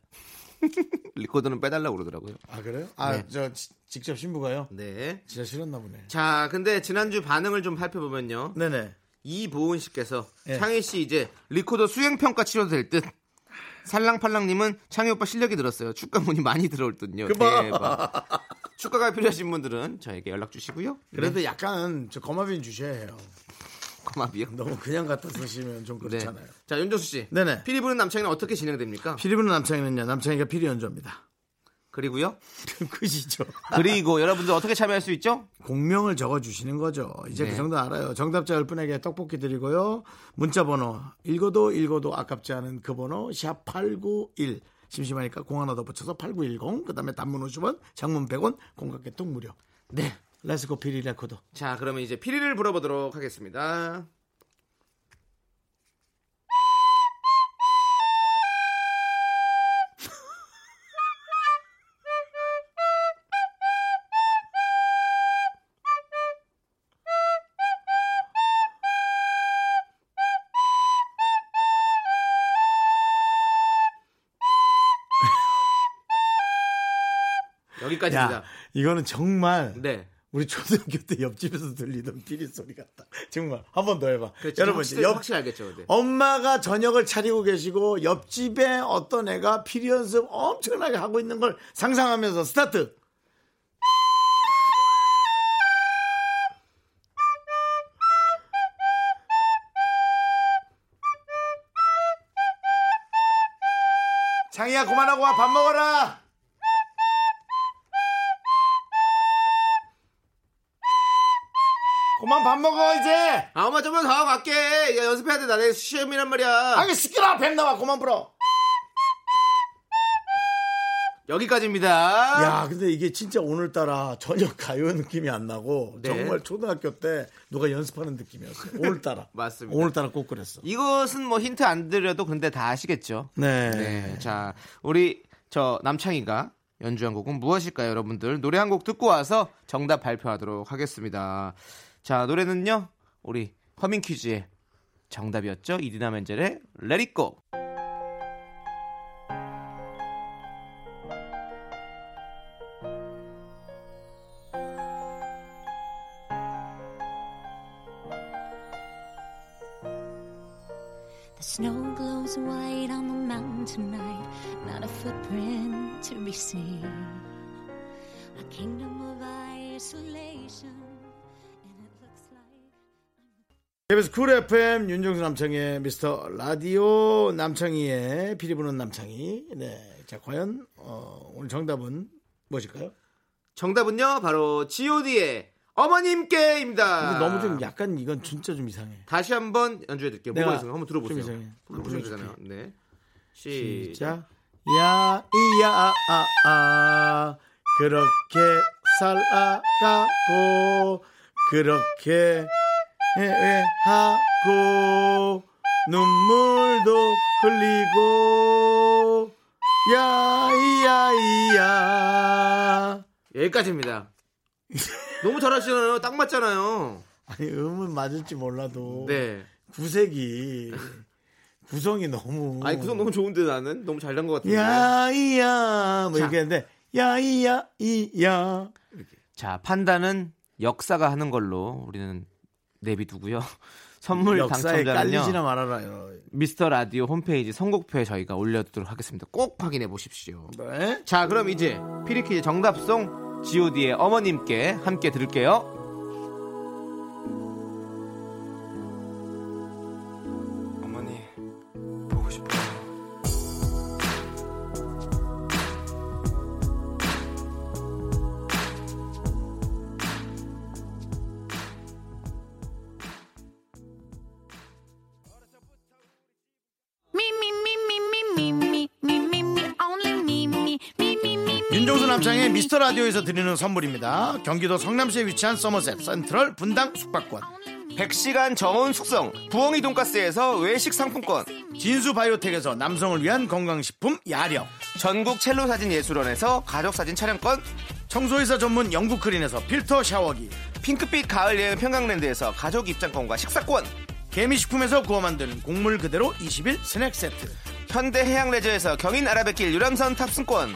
Speaker 2: 리코더는 빼달라고 그러더라고요.
Speaker 1: 아 그래요? 아 저 직접 신부가요?
Speaker 2: 네.
Speaker 1: 진짜 싫었나 보네.
Speaker 2: 자, 근데 지난주 반응을 좀 살펴보면요.
Speaker 1: 네네.
Speaker 2: 이보은 씨께서
Speaker 1: 예.
Speaker 2: 창희 씨 이제 리코더 수행 평가 치료도 될 듯. 살랑팔랑님은 창희 오빠 실력이 늘었어요. 축가 문이 많이 들어올 듯요. 대박. 축가가 필요하신 분들은 저에게 연락 주시고요.
Speaker 1: 그래도 약간 저 거마빈 주셔야 해요.
Speaker 2: 고마비요.
Speaker 1: 너무 그냥 갖다 쓰시면 좀
Speaker 2: 네.
Speaker 1: 네, 그렇잖아요.
Speaker 2: 자 윤정수 씨.
Speaker 1: 네네.
Speaker 2: 피리 부는 남창이는 어떻게 진행됩니까?
Speaker 1: 피리 부는 남창희는요. 남창희가 피리 연주합니다.
Speaker 2: 그리고요.
Speaker 1: 그시죠.
Speaker 2: 그리고 여러분들 어떻게 참여할 수 있죠?
Speaker 1: 공명을 적어주시는 거죠. 이제
Speaker 2: 네.
Speaker 1: 그 정도 알아요. 정답자 10분에게 떡볶이 드리고요. 문자번호 읽어도 읽어도 아깝지 않은 그 번호 샵8910 심심하니까 공 하나 더 붙여서 8910 그다음에 단문 50원 장문 100원 공각개통 무료
Speaker 2: 네.
Speaker 1: 레츠고 피리 레코드
Speaker 2: 자 그러면 이제 피리를 불어보도록 하겠습니다. 여기까지입니다.
Speaker 1: 야 이거는 정말
Speaker 2: 네.
Speaker 1: 우리 초등학교 때 옆집에서 들리던 피리 소리 같다 정말 한 번 더 해봐
Speaker 2: 그렇죠.
Speaker 1: 여러분
Speaker 2: 확실히,
Speaker 1: 옆-
Speaker 2: 확실히 알겠죠. 네.
Speaker 1: 엄마가 저녁을 차리고 계시고 옆집에 어떤 애가 피리 연습 엄청나게 하고 있는 걸 상상하면서 스타트.
Speaker 2: 강희야 그만하고 와 밥 먹어라.
Speaker 1: 그만 밥 먹어 이제.
Speaker 2: 아 엄마 좀만 더 갈게. 야 연습해야 돼. 나 내일 시험이란 말이야.
Speaker 1: 아니 시끄러 뱀 나와 그만 불어.
Speaker 2: 여기까지입니다.
Speaker 1: 야, 근데 이게 진짜 오늘따라 전혀 가요 느낌이 안 나고
Speaker 2: 네.
Speaker 1: 정말 초등학교 때 누가 연습하는 느낌이었어요. 오늘따라.
Speaker 2: 맞습니다.
Speaker 1: 오늘따라 꼭 그랬어.
Speaker 2: 이것은 뭐 힌트 안 드려도 근데 다 아시겠죠?
Speaker 1: 네.
Speaker 2: 네. 자, 우리 저 남창희가 연주한 곡은 무엇일까요, 여러분들? 노래 한 곡 듣고 와서 정답 발표하도록 하겠습니다. 자, 노래는요. 우리 허밍 퀴즈의 정답이었죠. 이디나 멘젤의 Let It Go.
Speaker 3: The snow glows white on the mountain tonight, not a footprint to be seen. A kingdom of isolation, and it looks like.
Speaker 1: KBS 쿨 FM 윤정수 남창의 미스터 라디오 남창희의 피리 부는 남창희. 네. 자, 과연 어, 오늘 정답은 무엇일까요?
Speaker 2: 정답은요. 바로 G.O.D의 어머님께입니다.
Speaker 1: 근데 너무 좀 약간 이건 진짜 좀 이상해.
Speaker 2: 다시 한번 연주해 드릴게요.
Speaker 1: 내가
Speaker 2: 뭐가 있어요? 한번 들어보세요.
Speaker 1: 좀 이상해.
Speaker 2: 한번
Speaker 1: 한번
Speaker 2: 들어보잖아요. 네. 시작.
Speaker 1: 시작. 야, 이야, 아, 아. 그렇게 살아가고, 그렇게 해외하고, 눈물도 흘리고, 야, 이야, 이야.
Speaker 2: 여기까지입니다. 너무 잘하시잖아요. 딱 맞잖아요.
Speaker 1: 아니, 음은 맞을지 몰라도,
Speaker 2: 네.
Speaker 1: 구색이, 구성이 너무.
Speaker 2: 아니 구성 너무 좋은데 나는 너무 잘 난 것 같은데.
Speaker 1: 야, 이야. 뭐
Speaker 2: 자.
Speaker 1: 이렇게 했는데, 야, 이야, 이야.
Speaker 2: 자 판단은 역사가 하는 걸로 우리는 내비두고요. 선물
Speaker 1: 역사에 깔리지나
Speaker 2: 당첨자는요.
Speaker 1: 말아라. 여러분.
Speaker 2: 미스터 라디오 홈페이지 선곡표에 저희가 올려두도록 하겠습니다. 꼭 확인해 보십시오.
Speaker 1: 네.
Speaker 2: 자 그럼 이제 피리키즈 정답송 god의 어머님께 함께 들을게요.
Speaker 6: 어머니 보고 싶다.
Speaker 3: Me, me, me, me, me, me, me, me, me, me, only me, me, me, me, me.
Speaker 1: 윤종수 남창의 미스터 라디오에서 드리는 선물입니다. 경기도 성남시에 위치한 서머셋 센트럴 분당 숙박권,
Speaker 2: 100시간 정원 숙성 부엉이 돈가스에서 외식 상품권
Speaker 1: 진수 바이오텍에서 남성을 위한 건강식품 야력,
Speaker 2: 전국 첼로 사진 예술원에서 가족 사진 촬영권
Speaker 1: 청소회사 전문 영국 크린에서 필터 샤워기,
Speaker 2: 핑크빛 가을 여행 평강랜드에서 가족 입장권과 식사권
Speaker 1: 개미식품에서 구워 만든 곡물 그대로 20일 스낵 세트,
Speaker 2: 현대 해양 레저에서 경인 아라뱃길 유람선 탑승권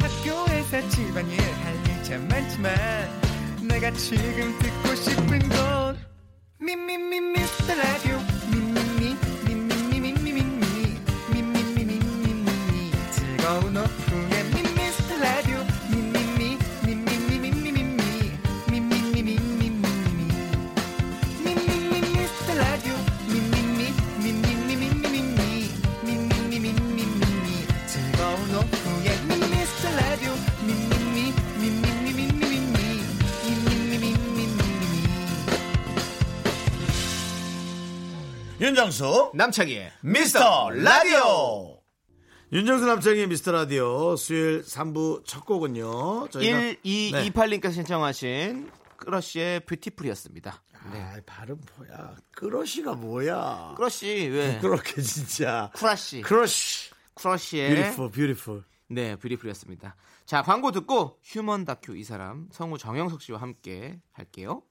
Speaker 7: 학교에서 집안일 할 일 참 많지만 내가 지금 듣고 싶은 건 미미미 미스터 라디오
Speaker 8: 윤정수
Speaker 2: 남창희의
Speaker 8: 미스터 라디오
Speaker 1: 윤정수 남창의 미스터 라디오 수요일 3부 첫 곡은요. 저희가 네.
Speaker 2: 1228님께서 신청하신 크러쉬의 뷰티풀이었습니다.
Speaker 1: 아, 발음 뭐야? 크러쉬가 뭐야?
Speaker 2: 크러쉬 왜?
Speaker 1: 네, 그렇게 진짜.
Speaker 2: 크러쉬. 네.
Speaker 1: 크러쉬.
Speaker 2: 크러쉬의
Speaker 1: 뷰티풀 뷰티풀.
Speaker 2: 네, 뷰티풀이었습니다. 자, 광고 듣고 휴먼 다큐 이 사람 성우 정영석 씨와 함께 할게요.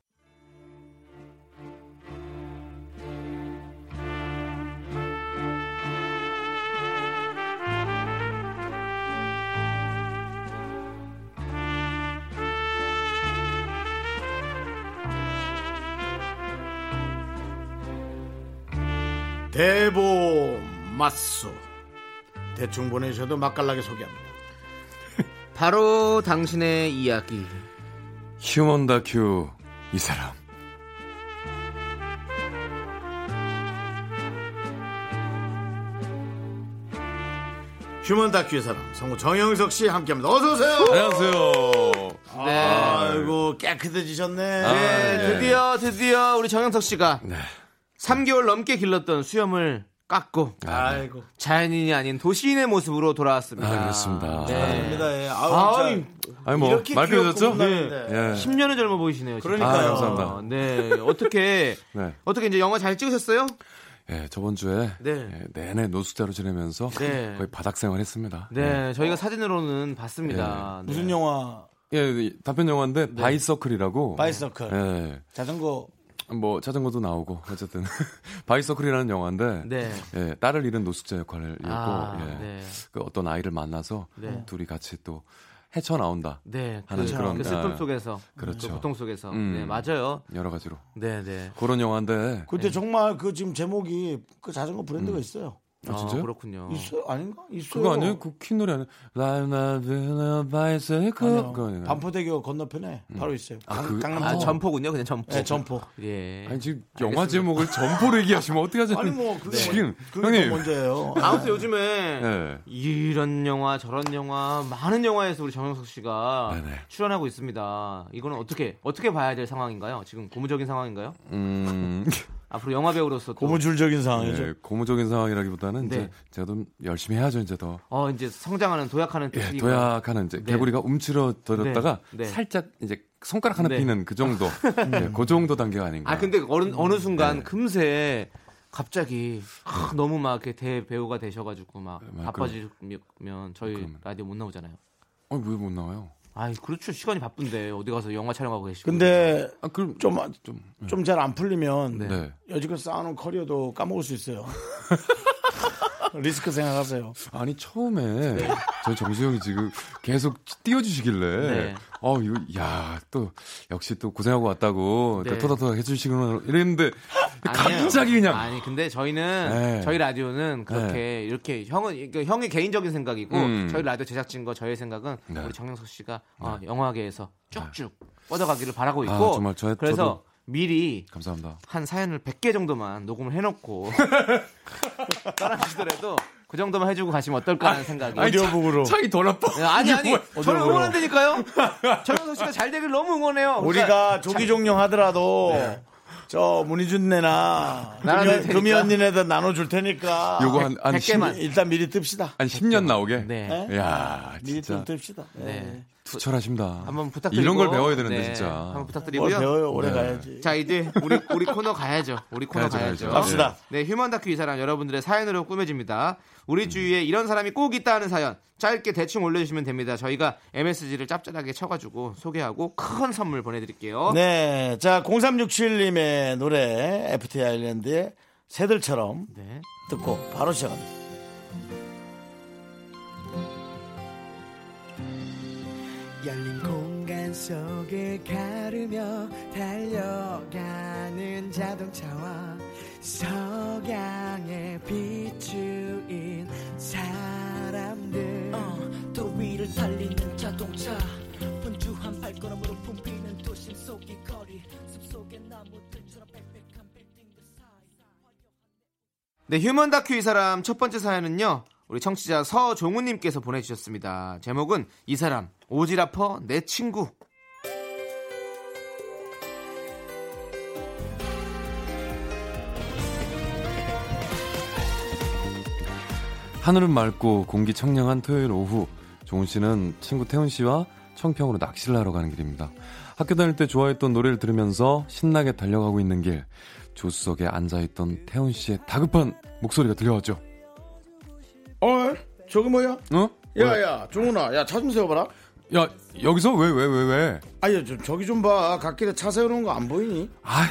Speaker 1: 대보 맛소. 대충 보내셔도 맛깔나게 소개합니다.
Speaker 2: 바로 당신의 이야기.
Speaker 9: 휴먼 다큐 이 사람
Speaker 1: 휴먼 다큐의 사람 성우 정영석 씨 함께합니다. 어서 오세요.
Speaker 9: 안녕하세요
Speaker 2: 네.
Speaker 1: 아이고 깨끗해지셨네.
Speaker 9: 아,
Speaker 2: 네,
Speaker 9: 예.
Speaker 2: 드디어 드디어 우리 정영석 씨가
Speaker 9: 네.
Speaker 2: 3개월 넘게 길렀던 수염을 깎고
Speaker 1: 아이고.
Speaker 2: 자연인이 아닌 도시인의 모습으로 돌아왔습니다.
Speaker 9: 아, 그렇습니다.
Speaker 2: 네.
Speaker 1: 예. 아우,
Speaker 2: 아이,
Speaker 1: 진짜.
Speaker 9: 아니 뭐
Speaker 1: 이렇게
Speaker 9: 맑게
Speaker 1: 귀엽고
Speaker 9: 되셨죠?
Speaker 1: 혼나는데.
Speaker 9: 예.
Speaker 2: 10년은 젊어 보이시네요. 지금.
Speaker 9: 그러니까요. 아, 감사합니다.
Speaker 2: 어, 네. 어떻게
Speaker 9: 네.
Speaker 2: 어떻게 이제 영화 잘 찍으셨어요?
Speaker 9: 예, 저번 주에
Speaker 2: 네.
Speaker 9: 예, 내내 노숙자로 지내면서
Speaker 2: 네.
Speaker 9: 거의 바닥 생활했습니다.
Speaker 2: 네. 저희가 사진으로는 봤습니다. 네.
Speaker 1: 무슨 영화?
Speaker 9: 예, 단편 영화인데 바이서클이라고.
Speaker 1: 바이서클.
Speaker 9: 예,
Speaker 1: 자전거.
Speaker 9: 뭐 자전거도 나오고 어쨌든 바이서클이라는 영화인데
Speaker 2: 네.
Speaker 9: 예, 딸을 잃은 노숙자 역할을 했고
Speaker 2: 아,
Speaker 9: 예,
Speaker 2: 네.
Speaker 9: 그 어떤 아이를 만나서
Speaker 2: 네.
Speaker 9: 둘이 같이 또 헤쳐 나온다.
Speaker 2: 네. 그,
Speaker 9: 하는 그런,
Speaker 2: 그 슬픔
Speaker 9: 아,
Speaker 2: 속에서
Speaker 9: 그렇죠.
Speaker 2: 그 고통 속에서.
Speaker 9: 음.
Speaker 2: 네, 맞아요.
Speaker 9: 여러 가지로
Speaker 2: 네, 네.
Speaker 9: 그런 영화인데.
Speaker 1: 그때 정말 그 지금 제목이 그 자전거 브랜드가 있어요.
Speaker 9: 아, 진짜요?
Speaker 2: 그렇군요.
Speaker 1: 있어요? 음. 아닌가? 있어요. 네.
Speaker 9: 그거 아니에요? 그퀸 노래 아니에요? Live my little bicycle.
Speaker 1: 아니요. 음.
Speaker 9: 그거 아니에요?
Speaker 1: 반포대교 건너편에 바로 있어요.
Speaker 9: 아,
Speaker 1: 강-
Speaker 9: 그-
Speaker 1: 강남
Speaker 2: 아,
Speaker 1: 쪽으로.
Speaker 2: 점포군요. 그냥 점포.
Speaker 1: 네, 점포.
Speaker 2: 예.
Speaker 9: 아니 지금 영화 제목을 점포로 얘기하시면 어떻게 하죠?
Speaker 1: 아니 뭐 그게
Speaker 9: 지금
Speaker 1: 그게
Speaker 9: 형님.
Speaker 1: 또 문제예요.
Speaker 2: 아무튼 요즘에
Speaker 9: 네.
Speaker 2: 이런 영화 저런 영화 많은 영화에서 우리 정영석 씨가
Speaker 9: 네네.
Speaker 2: 출연하고 있습니다. 이거는 어떻게 어떻게 봐야 될 상황인가요? 지금 고무적인 상황인가요?
Speaker 9: 음,
Speaker 2: 앞으로 영화 배우로서 또
Speaker 1: 고무줄적인 상황이죠.
Speaker 9: 네, 고무적인 상황이라기보다는
Speaker 2: 네.
Speaker 9: 이제 제가 좀 열심히 해야죠 이제 더.
Speaker 2: 어 이제 성장하는 도약하는
Speaker 9: 예,
Speaker 2: 뜻이
Speaker 9: 도약하는 이제
Speaker 2: 네.
Speaker 9: 개구리가 움츠러들었다가
Speaker 2: 네. 네.
Speaker 9: 살짝 이제 손가락 하나
Speaker 2: 네.
Speaker 9: 피는 그 정도, 예, 그 정도 단계가 아닌가.
Speaker 2: 아 근데
Speaker 9: 음,
Speaker 2: 어느 어느
Speaker 9: 네.
Speaker 2: 순간 금세 갑자기 하, 너무 막 이렇게 대 배우가 되셔가지고 막
Speaker 9: 네, 막
Speaker 2: 바빠지면 저희
Speaker 9: 그럼.
Speaker 2: 라디오 못 나오잖아요.
Speaker 9: 어, 왜못 나와요?
Speaker 2: 아 그렇죠 시간이 바쁜데 어디 가서 영화 촬영하고 계시고.
Speaker 1: 근데
Speaker 9: 아 그럼
Speaker 1: 좀 좀 잘 안 풀리면
Speaker 9: 네.
Speaker 1: 여지껏 쌓아놓은 커리어도 까먹을 수 있어요. 리스크 생각하세요.
Speaker 9: 아니 처음에 저희 정수영이 지금 계속 띄워주시길래
Speaker 2: 네.
Speaker 9: 어 이거 야또 역시 또 고생하고 왔다고
Speaker 2: 네.
Speaker 9: 그러니까 토닥토닥 해주시구나 이랬는데
Speaker 2: 아니에요.
Speaker 9: 갑자기 그냥
Speaker 2: 아니 근데 저희는
Speaker 9: 네.
Speaker 2: 저희 라디오는 그렇게 이렇게 형은 그러니까 형의 개인적인 생각이고
Speaker 9: 음.
Speaker 2: 저희 라디오 제작진과 저의 생각은
Speaker 9: 네.
Speaker 2: 우리 정영석 씨가 어, 영화계에서 쭉쭉 뻗어가기를 바라고 있고
Speaker 9: 아, 정말 저-
Speaker 2: 그래서
Speaker 9: 저도-
Speaker 2: 미리
Speaker 9: 감사합니다.
Speaker 2: 한 사연을 100개 정도만 녹음을 해놓고 떠나시더라도 그 정도만 해주고 가시면 어떨까 하는 생각이
Speaker 1: 오디오북으로.
Speaker 9: 아, 차이 덜 아파.
Speaker 2: 네, 아니 아니 저는
Speaker 1: 어디로?
Speaker 2: 응원한다니까요 정영석 씨가 잘 되길 너무 응원해요 그러니까
Speaker 1: 우리가 조기종용 하더라도 저 문희준네나
Speaker 2: 네. 나눠줄 테니까.
Speaker 1: 금이 언니네다 나눠줄 테니까
Speaker 9: 요거 한, 한,
Speaker 2: 백
Speaker 9: 십-
Speaker 2: 개만.
Speaker 9: 한
Speaker 1: 일단 미리 뜹시다.
Speaker 2: 아,
Speaker 9: 10년 나오게.
Speaker 2: 네.
Speaker 9: 야
Speaker 1: 미리
Speaker 9: 진짜
Speaker 1: 좀 뜹시다. 예.
Speaker 2: 네.
Speaker 9: 투철하십니다.
Speaker 2: 한번 부탁드리고
Speaker 9: 이런 걸 배워야 되는데
Speaker 2: 네,
Speaker 9: 진짜.
Speaker 2: 한번
Speaker 1: 뭘
Speaker 2: 부탁드리고요 네.
Speaker 1: 배워요? 오래 가야지.
Speaker 2: 자 이제 우리 우리 코너 가야죠. 우리 코너
Speaker 9: 가야죠,
Speaker 2: 가야죠.
Speaker 9: 가야죠.
Speaker 1: 갑시다.
Speaker 2: 네, 휴먼 다큐 이 사람 여러분들의 사연으로 꾸며집니다. 우리 주위에 이런 사람이 꼭 있다 하는 사연 짧게 대충 올려주시면 됩니다. 저희가 MSG를 짭짤하게 쳐가지고 소개하고 큰 선물 보내드릴게요.
Speaker 1: 네. 자, 0367님의 노래, FT 아일랜드의 새들처럼
Speaker 2: 네.
Speaker 1: 듣고 바로 시작합니다.
Speaker 7: 열린 공간 속을 가르며 달려가는 자동차와 석양에 비추인 사람들
Speaker 10: 또 위를 달리는 자동차 분주한 발걸음으로 붐비는 도심 속의 거리 숲속의 나무들처럼 빽빽한 빌딩들 사이
Speaker 2: 네, 휴먼 다큐 이 사람 첫 번째 사연은요. 우리 청취자 서종우님께서 보내주셨습니다. 제목은 이 사람 오지라퍼 내 친구.
Speaker 9: 하늘은 맑고 공기 청량한 토요일 오후 종훈 씨는 친구 태훈 씨와 청평으로 낚시를 하러 가는 길입니다. 학교 다닐 때 좋아했던 노래를 들으면서 신나게 달려가고 있는 길 조수석에 앉아있던 태훈 씨의 다급한 목소리가 들려왔죠.
Speaker 1: 어, 저거 뭐야?
Speaker 9: 어?
Speaker 1: 야, 야, 종훈아, 야, 차 좀 세워봐라.
Speaker 9: 야, 여기서 왜, 왜, 왜, 왜?
Speaker 1: 아니, 저, 저기 좀 봐. 갓길에 차 세워놓은 거 안 보이니?
Speaker 9: 아,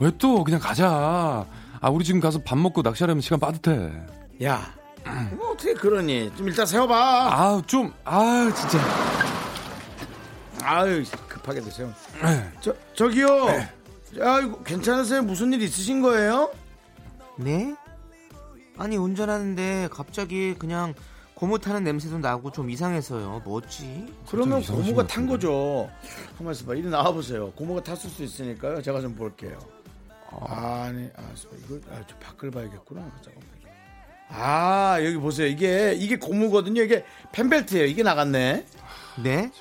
Speaker 9: 왜 또 그냥 가자. 아, 우리 지금 가서 밥 먹고 낚시하려면 시간 빠듯해.
Speaker 1: 야, 뭐 어떻게 그러니? 좀 일단 세워봐.
Speaker 9: 아, 좀, 아, 진짜.
Speaker 1: 아유, 급하게 드세요.
Speaker 9: 네.
Speaker 1: 저, 저기요. 아이고, 괜찮으세요? 무슨 일 있으신 거예요?
Speaker 2: 네? 아니 운전하는데 갑자기 그냥 고무 타는 냄새도 나고 좀 이상해서요. 뭐지?
Speaker 1: 그러면 고모가 탄 거죠. 한번 있어봐. 이리 나와보세요. 고모가 탔을 수 있으니까요. 제가 좀 볼게요. 아니, 아, 이거, 아, 저 밖을 봐야겠구나. 잠깐만. 아, 여기 보세요. 이게, 이게 고무거든요. 이게 펜벨트예요 이게 나갔네.
Speaker 2: 네?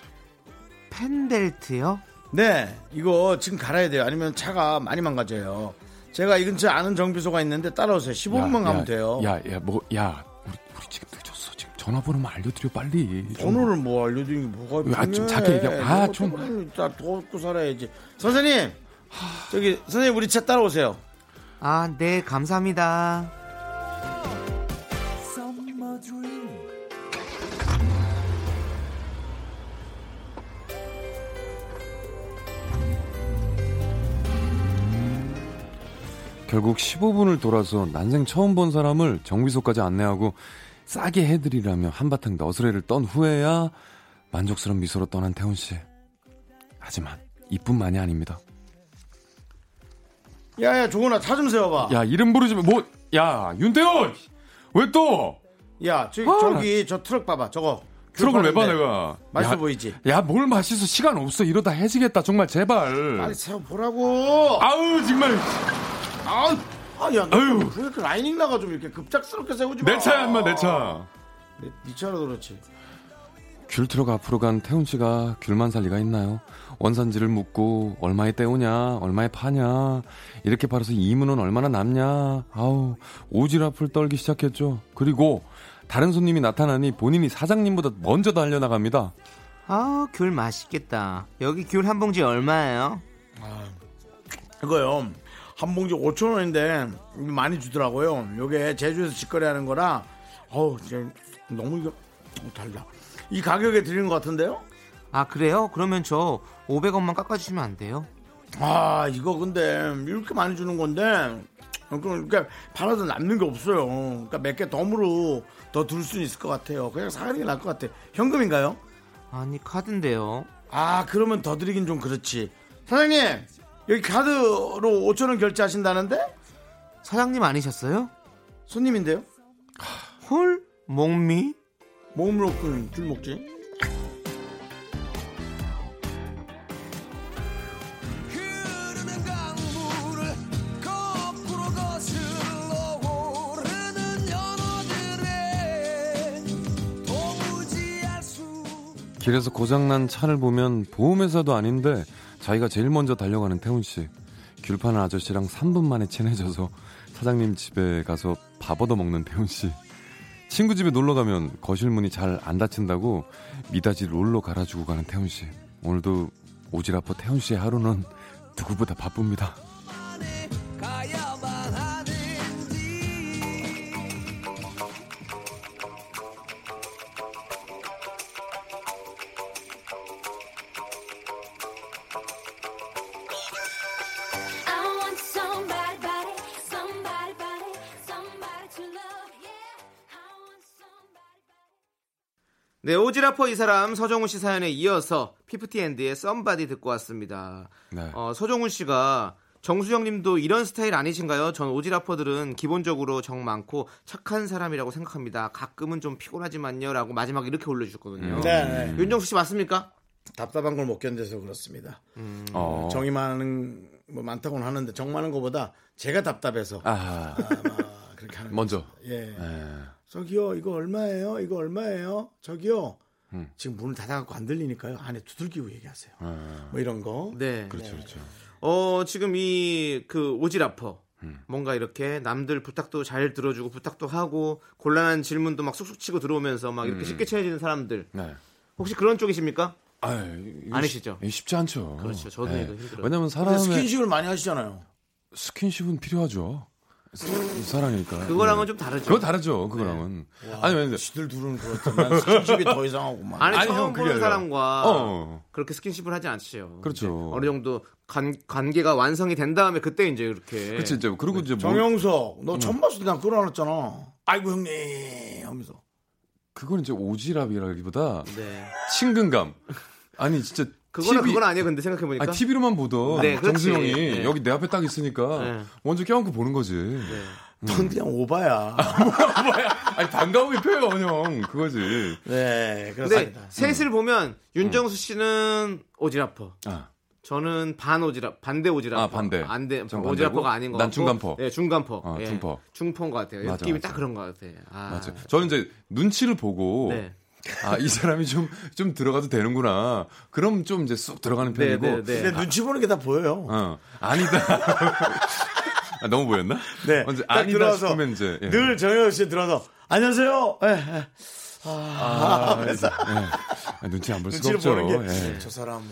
Speaker 2: 펜벨트요?
Speaker 1: 네, 이거 지금 갈아야 돼요. 아니면 차가 많이 망가져요. 제가 이 근처에 아는 정비소가 있는데 따라오세요. 15분만 가면 돼요.
Speaker 9: 야, 야, 뭐, 야, 우리, 우리 지금 늦었어. 지금 전화번호만 알려드려, 빨리. 좀.
Speaker 1: 번호를 뭐 알려드린 게 뭐가
Speaker 9: 왜, 아, 좀
Speaker 1: 중요해.
Speaker 9: 작게 얘기하고. 아,
Speaker 1: 이런 거
Speaker 9: 좀.
Speaker 1: 때문에 다 돕고 살아야지. 선생님, 저기 선생님 우리 차 따라오세요.
Speaker 2: 아, 네, 감사합니다.
Speaker 9: 결국 15분을 돌아서 난생 처음 본 사람을 정비소까지 안내하고 싸게 해드리라며 한바탕 너스레를 떤 후에야 만족스러운 미소로 떠난 태훈 씨. 하지만 이뿐만이 아닙니다.
Speaker 1: 야야 종훈아 차 좀 세워봐.
Speaker 9: 야 이름 부르지 마. 뭐? 야 윤태훈 왜 또?
Speaker 1: 야, 저,
Speaker 9: 아.
Speaker 1: 저기 저 트럭 봐봐. 저거
Speaker 9: 트럭을 왜 봐
Speaker 1: 데
Speaker 9: 내가?
Speaker 1: 맛있어
Speaker 9: 야,
Speaker 1: 보이지?
Speaker 9: 야 뭘 맛있어? 시간 없어. 이러다 해지겠다. 정말 제발.
Speaker 1: 빨리 세워 보라고.
Speaker 9: 아우 정말
Speaker 1: 아, 아야,
Speaker 9: 아유.
Speaker 1: 왜 이렇게 라이닝 나가 좀 이렇게 급작스럽게 세우지 마.
Speaker 9: 내 차야 인마 내 차.
Speaker 1: 네, 네 차라 그렇지.
Speaker 9: 귤트럭 앞으로 간 태훈 씨가 귤만 살 리가 있나요? 원산지를 묻고 얼마에 떼오냐, 얼마에 파냐, 이렇게 팔아서 이문은 얼마나 남냐, 아우 오지랖을 떨기 시작했죠. 그리고 다른 손님이 나타나니 본인이 사장님보다 먼저 달려 나갑니다.
Speaker 2: 아, 귤 맛있겠다. 여기 귤 한 봉지 얼마예요?
Speaker 1: 이거요. 한 봉지 5천 원인데 많이 주더라고요. 요게 제주에서 직거래하는 거라 어우 지금 너무 이거 어, 달라. 이 가격에 드리는 것 같은데요?
Speaker 2: 아, 그래요? 그러면 저 500원만 깎아주시면 안 돼요?
Speaker 1: 아 이거 근데 이렇게 많이 주는 건데 그러니까 팔아도 남는 게 없어요. 그러니까 몇 개 덤으로 더 둘 수 있을 것 같아요. 그냥 사가는 게 나을 것 같아요. 현금인가요?
Speaker 2: 아니, 카드인데요.
Speaker 1: 아 그러면 더 드리긴 좀 그렇지. 사장님 여기 카드로 5천 원 결제하신다는데
Speaker 2: 사장님 아니셨어요?
Speaker 1: 손님인데요?
Speaker 2: 헐? 목미?
Speaker 1: 몸으로 끈 줄목지.
Speaker 11: 흐르는 강물을 거꾸로 거슬러 오르는 연어들의 도무지 알수
Speaker 9: 길에서 고장난 차를 보면 보험회사도 아닌데 자기가 제일 먼저 달려가는 태훈 씨. 귤 파는 아저씨랑 3분 만에 친해져서 사장님 집에 가서 밥 얻어 먹는 태훈 씨. 친구 집에 놀러 가면 거실 문이 잘 안 닫힌다고 미다지 롤로 갈아주고 가는 태훈 씨. 오늘도 오지랖퍼 태훈 씨의 하루는 누구보다 바쁩니다.
Speaker 11: 가야만 하는지
Speaker 3: I want somebody, body, somebody, body, somebody to love. Yeah, I want somebody.
Speaker 2: 네, 오지라퍼 이 사람 서정훈 씨 사연에 이어서 피프티앤드의 썸바디 듣고 왔습니다.
Speaker 9: 네.
Speaker 2: 어, 서정훈 씨가 정수영 님도 이런 스타일 아니신가요? 전 오지라퍼들은 기본적으로 정 많고 착한 사람이라고 생각합니다. 가끔은 좀 피곤하지만요. 라고 마지막에 이렇게
Speaker 9: 음.
Speaker 2: 올려주셨거든요.
Speaker 1: 네.
Speaker 2: 윤정수 씨 맞습니까?
Speaker 1: 답답한 걸 못 견뎌서 그렇습니다.
Speaker 9: 어.
Speaker 1: 정이 많은 뭐 많다고는 하는데 정 많은 것보다 제가 답답해서
Speaker 9: 아,
Speaker 1: 아마 그렇게 하는
Speaker 9: 먼저.
Speaker 1: 거죠. 예.
Speaker 9: 네.
Speaker 1: 저기요 이거 얼마예요? 이거 얼마예요? 저기요.
Speaker 9: 음.
Speaker 1: 지금 문을 닫아갖고 안 들리니까요. 안에 두들기고
Speaker 9: 아.
Speaker 1: 얘기하세요. 뭐 이런 거.
Speaker 2: 네.
Speaker 9: 그렇죠, 그렇죠.
Speaker 2: 어, 지금 이 그 오지라퍼
Speaker 9: 음.
Speaker 2: 뭔가 이렇게 남들 부탁도 잘 들어주고 부탁도 하고 곤란한 질문도 막 쑥쑥 치고 들어오면서 막 이렇게
Speaker 9: 음.
Speaker 2: 쉽게 친해지는 사람들
Speaker 9: 네.
Speaker 2: 혹시 그런 쪽이십니까?
Speaker 9: 아,
Speaker 2: 아니시죠?
Speaker 9: 쉽지 않죠. 네.
Speaker 2: 그렇죠. 저도 이거 힘들어요.
Speaker 9: 왜냐면
Speaker 1: 근데
Speaker 9: 사람의
Speaker 1: 스킨십을 많이 하시잖아요.
Speaker 9: 스킨십은 필요하죠. 사- 사랑이니까.
Speaker 1: 그거랑은
Speaker 9: 네.
Speaker 1: 좀 다르죠.
Speaker 9: 그거 다르죠. 그거랑은.
Speaker 2: 네.
Speaker 9: 아니 근데
Speaker 1: 지들 둘은 그렇지만 스킨십이 더 이상하구만.
Speaker 2: 아니,
Speaker 9: 아니,
Speaker 2: 처음
Speaker 9: 형, 그게
Speaker 2: 보는
Speaker 9: 아니라.
Speaker 2: 사람과
Speaker 9: 어.
Speaker 2: 그렇게 스킨십을 하지 않지요.
Speaker 9: 그렇죠.
Speaker 2: 이제 어느 정도 관, 관계가 완성이 된 다음에 그때 이제 이렇게
Speaker 9: 그치 이제
Speaker 2: 네.
Speaker 9: 그리고 이제 뭐-
Speaker 1: 정영석, 너 처음
Speaker 9: 음.
Speaker 1: 봤을 때난 끌어안았잖아. 아이고 형님 하면서.
Speaker 9: 그건 이제 오지랖이라기보다
Speaker 2: 네.
Speaker 9: 친근감. 아니 진짜
Speaker 2: 그거나
Speaker 9: TV
Speaker 2: 그건 아니에요. 근데 생각해 보니까
Speaker 9: 아니, TV로만 보던
Speaker 2: 네, 그렇지.
Speaker 9: 정수영이
Speaker 2: 네.
Speaker 9: 여기 내 앞에 딱 있으니까 먼저 껴안고 보는 거지. 아,
Speaker 1: 넌 그냥 오바야.
Speaker 2: 음.
Speaker 9: 아니 반가움이 표현가 형 그거지.
Speaker 1: 네,
Speaker 2: 근데
Speaker 9: 음.
Speaker 2: 셋을 보면 윤정수 씨는 오지랖퍼. 저는 반 오지랖, 반대 오지랖.
Speaker 9: 아, 반대.
Speaker 2: 안돼.
Speaker 9: 전 반대고,
Speaker 2: 오지랖퍼가 아닌 것 같고.
Speaker 9: 난 중간퍼.
Speaker 2: 예, 중간퍼.
Speaker 9: 어,
Speaker 2: 예,
Speaker 9: 중퍼.
Speaker 2: 중퍼인 것 같아요.
Speaker 9: 맞아,
Speaker 2: 느낌이
Speaker 9: 맞아.
Speaker 2: 딱 그런 것 같아요. 아,
Speaker 9: 맞아요. 저는 이제 눈치를 보고
Speaker 2: 네.
Speaker 9: 아 이 사람이 좀 좀 들어가도 되는구나. 그럼 좀 이제 쑥 들어가는
Speaker 1: 네, 네,
Speaker 9: 편이고.
Speaker 1: 네. 근데
Speaker 9: 아,
Speaker 1: 눈치 보는 게 다 보여요.
Speaker 9: 어, 아니다. 아, 너무 보였나?
Speaker 1: 네.
Speaker 9: 언제
Speaker 1: 딱
Speaker 9: 아니다
Speaker 1: 들어와서
Speaker 9: 싶으면 이제 예.
Speaker 1: 늘 정영석 씨 들어서 안녕하세요. 예, 예.
Speaker 9: 아,
Speaker 1: 아,
Speaker 9: 예.
Speaker 1: 그래서
Speaker 9: 아, 눈치 안 볼 수가
Speaker 1: 눈치를
Speaker 9: 없죠.
Speaker 1: 그 보는 게
Speaker 9: 예.
Speaker 1: 저 사람은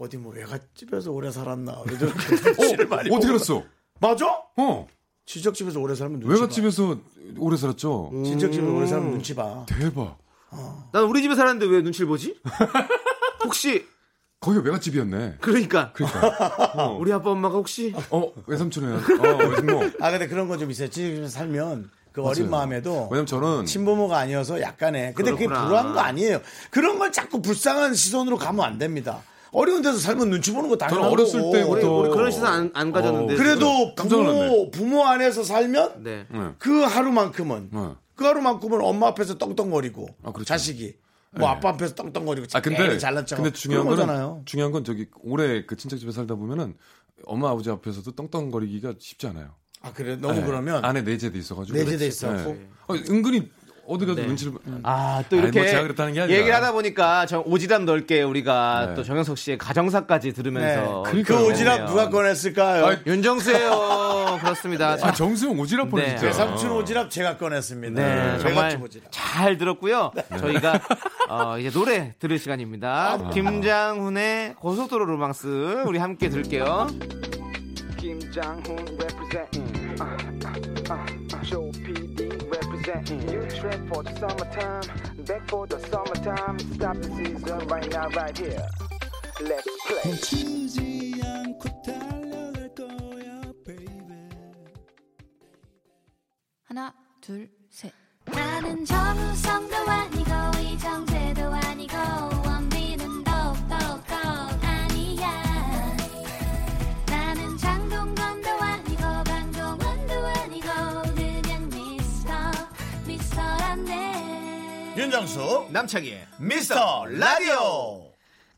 Speaker 1: 어디 뭐 외갓집에서 오래 살았나 왜 저렇게 눈치를 많이
Speaker 9: 예. 어떻게
Speaker 1: 보나.
Speaker 9: 알았어?
Speaker 1: 맞아?
Speaker 9: 어.
Speaker 1: 지적집에서 오래 살면 눈치 봐.
Speaker 9: 외갓집에서 음. 오래 살았죠.
Speaker 1: 음. 지적집에서 오래 살면 눈치 봐.
Speaker 9: 대박.
Speaker 2: 난 우리 집에 살았는데 왜 눈치를 보지? 혹시
Speaker 9: 거기가 외갓집이었네.
Speaker 2: 그러니까.
Speaker 9: 그러니까. 어.
Speaker 2: 우리 아빠 엄마가 혹시
Speaker 9: 어 외삼촌이야. 어 외숙모.
Speaker 1: 아 근데 그런 건 좀 있어요. 지금 살면 그
Speaker 9: 맞아요.
Speaker 1: 어린 마음에도
Speaker 9: 왜냐면 저는
Speaker 1: 친부모가 아니어서 약간의 근데 그게
Speaker 9: 그렇구나.
Speaker 1: 불안한 거 아니에요. 그런 걸 자꾸 불쌍한 시선으로 가면 안 됩니다. 어려운 데서 살면 눈치 보는 거 당연한
Speaker 9: 저는 어렸을
Speaker 1: 거고.
Speaker 9: 때부터 우리- 우리 그런
Speaker 2: 시선 안- 안 가졌는데.
Speaker 1: 어, 그래도
Speaker 9: 깜짝 놀랐네.
Speaker 1: 부모 부모 안에서 살면
Speaker 2: 네.
Speaker 1: 그 하루만큼은
Speaker 9: 어.
Speaker 1: 그 하루만큼은 엄마 앞에서 떵떵거리고 자식이 뭐 아빠 앞에서 떵떵거리고
Speaker 9: 그렇죠. 네. 아 근데
Speaker 1: 괜히 잘난 척
Speaker 9: 근데 중요한
Speaker 1: 그런
Speaker 9: 거는
Speaker 1: 거잖아요.
Speaker 9: 중요한 건 저기 오래 그 친척 집에 살다 보면은 엄마 아버지 앞에서도 떵떵거리기가 쉽지 않아요.
Speaker 1: 아 그래 너무
Speaker 9: 네.
Speaker 1: 그러면
Speaker 9: 안에 내재돼 있어가지고
Speaker 1: 내재돼 있어갖고.
Speaker 9: 어, 은근히 어디 가서
Speaker 2: 네.
Speaker 9: 눈치를 음.
Speaker 2: 아, 또 이렇게
Speaker 9: 제가 그렇다는 게 아니라
Speaker 2: 얘기를 하다 보니까 저 오지랖 넓게 우리가
Speaker 9: 네.
Speaker 2: 또 정영석 씨의 가정사까지 들으면서
Speaker 1: 네. 그 오지랖 누가 꺼냈을까요?
Speaker 2: 윤정수예요. 그렇습니다.
Speaker 9: 아, 정수영 오지랖 보내 진짜.
Speaker 1: 제 네, 삼촌 오지랖 제가 꺼냈습니다.
Speaker 2: 네,
Speaker 1: 네,
Speaker 2: 정말
Speaker 1: 외갓집 오지랖.
Speaker 2: 잘 들었고요. 저희가 어, 이제 노래 들을 시간입니다. 김장훈의 고속도로 로망스 우리 함께 들게요.
Speaker 11: 김장훈 represent 아, 아, 아, 아. Joe PD represent You trip for the summertime Back for the summertime Stop the season right now right here Let's play
Speaker 12: 하나, 둘, 셋.
Speaker 3: 나는 정우성도 아니고 이정재도 아니고 원빈은 더욱더 아니야 나는 장동건도 아니고 방종원도 아니고 그냥 미스터 미스터란데
Speaker 8: 윤정수
Speaker 2: 남창희의
Speaker 8: 미스터 라디오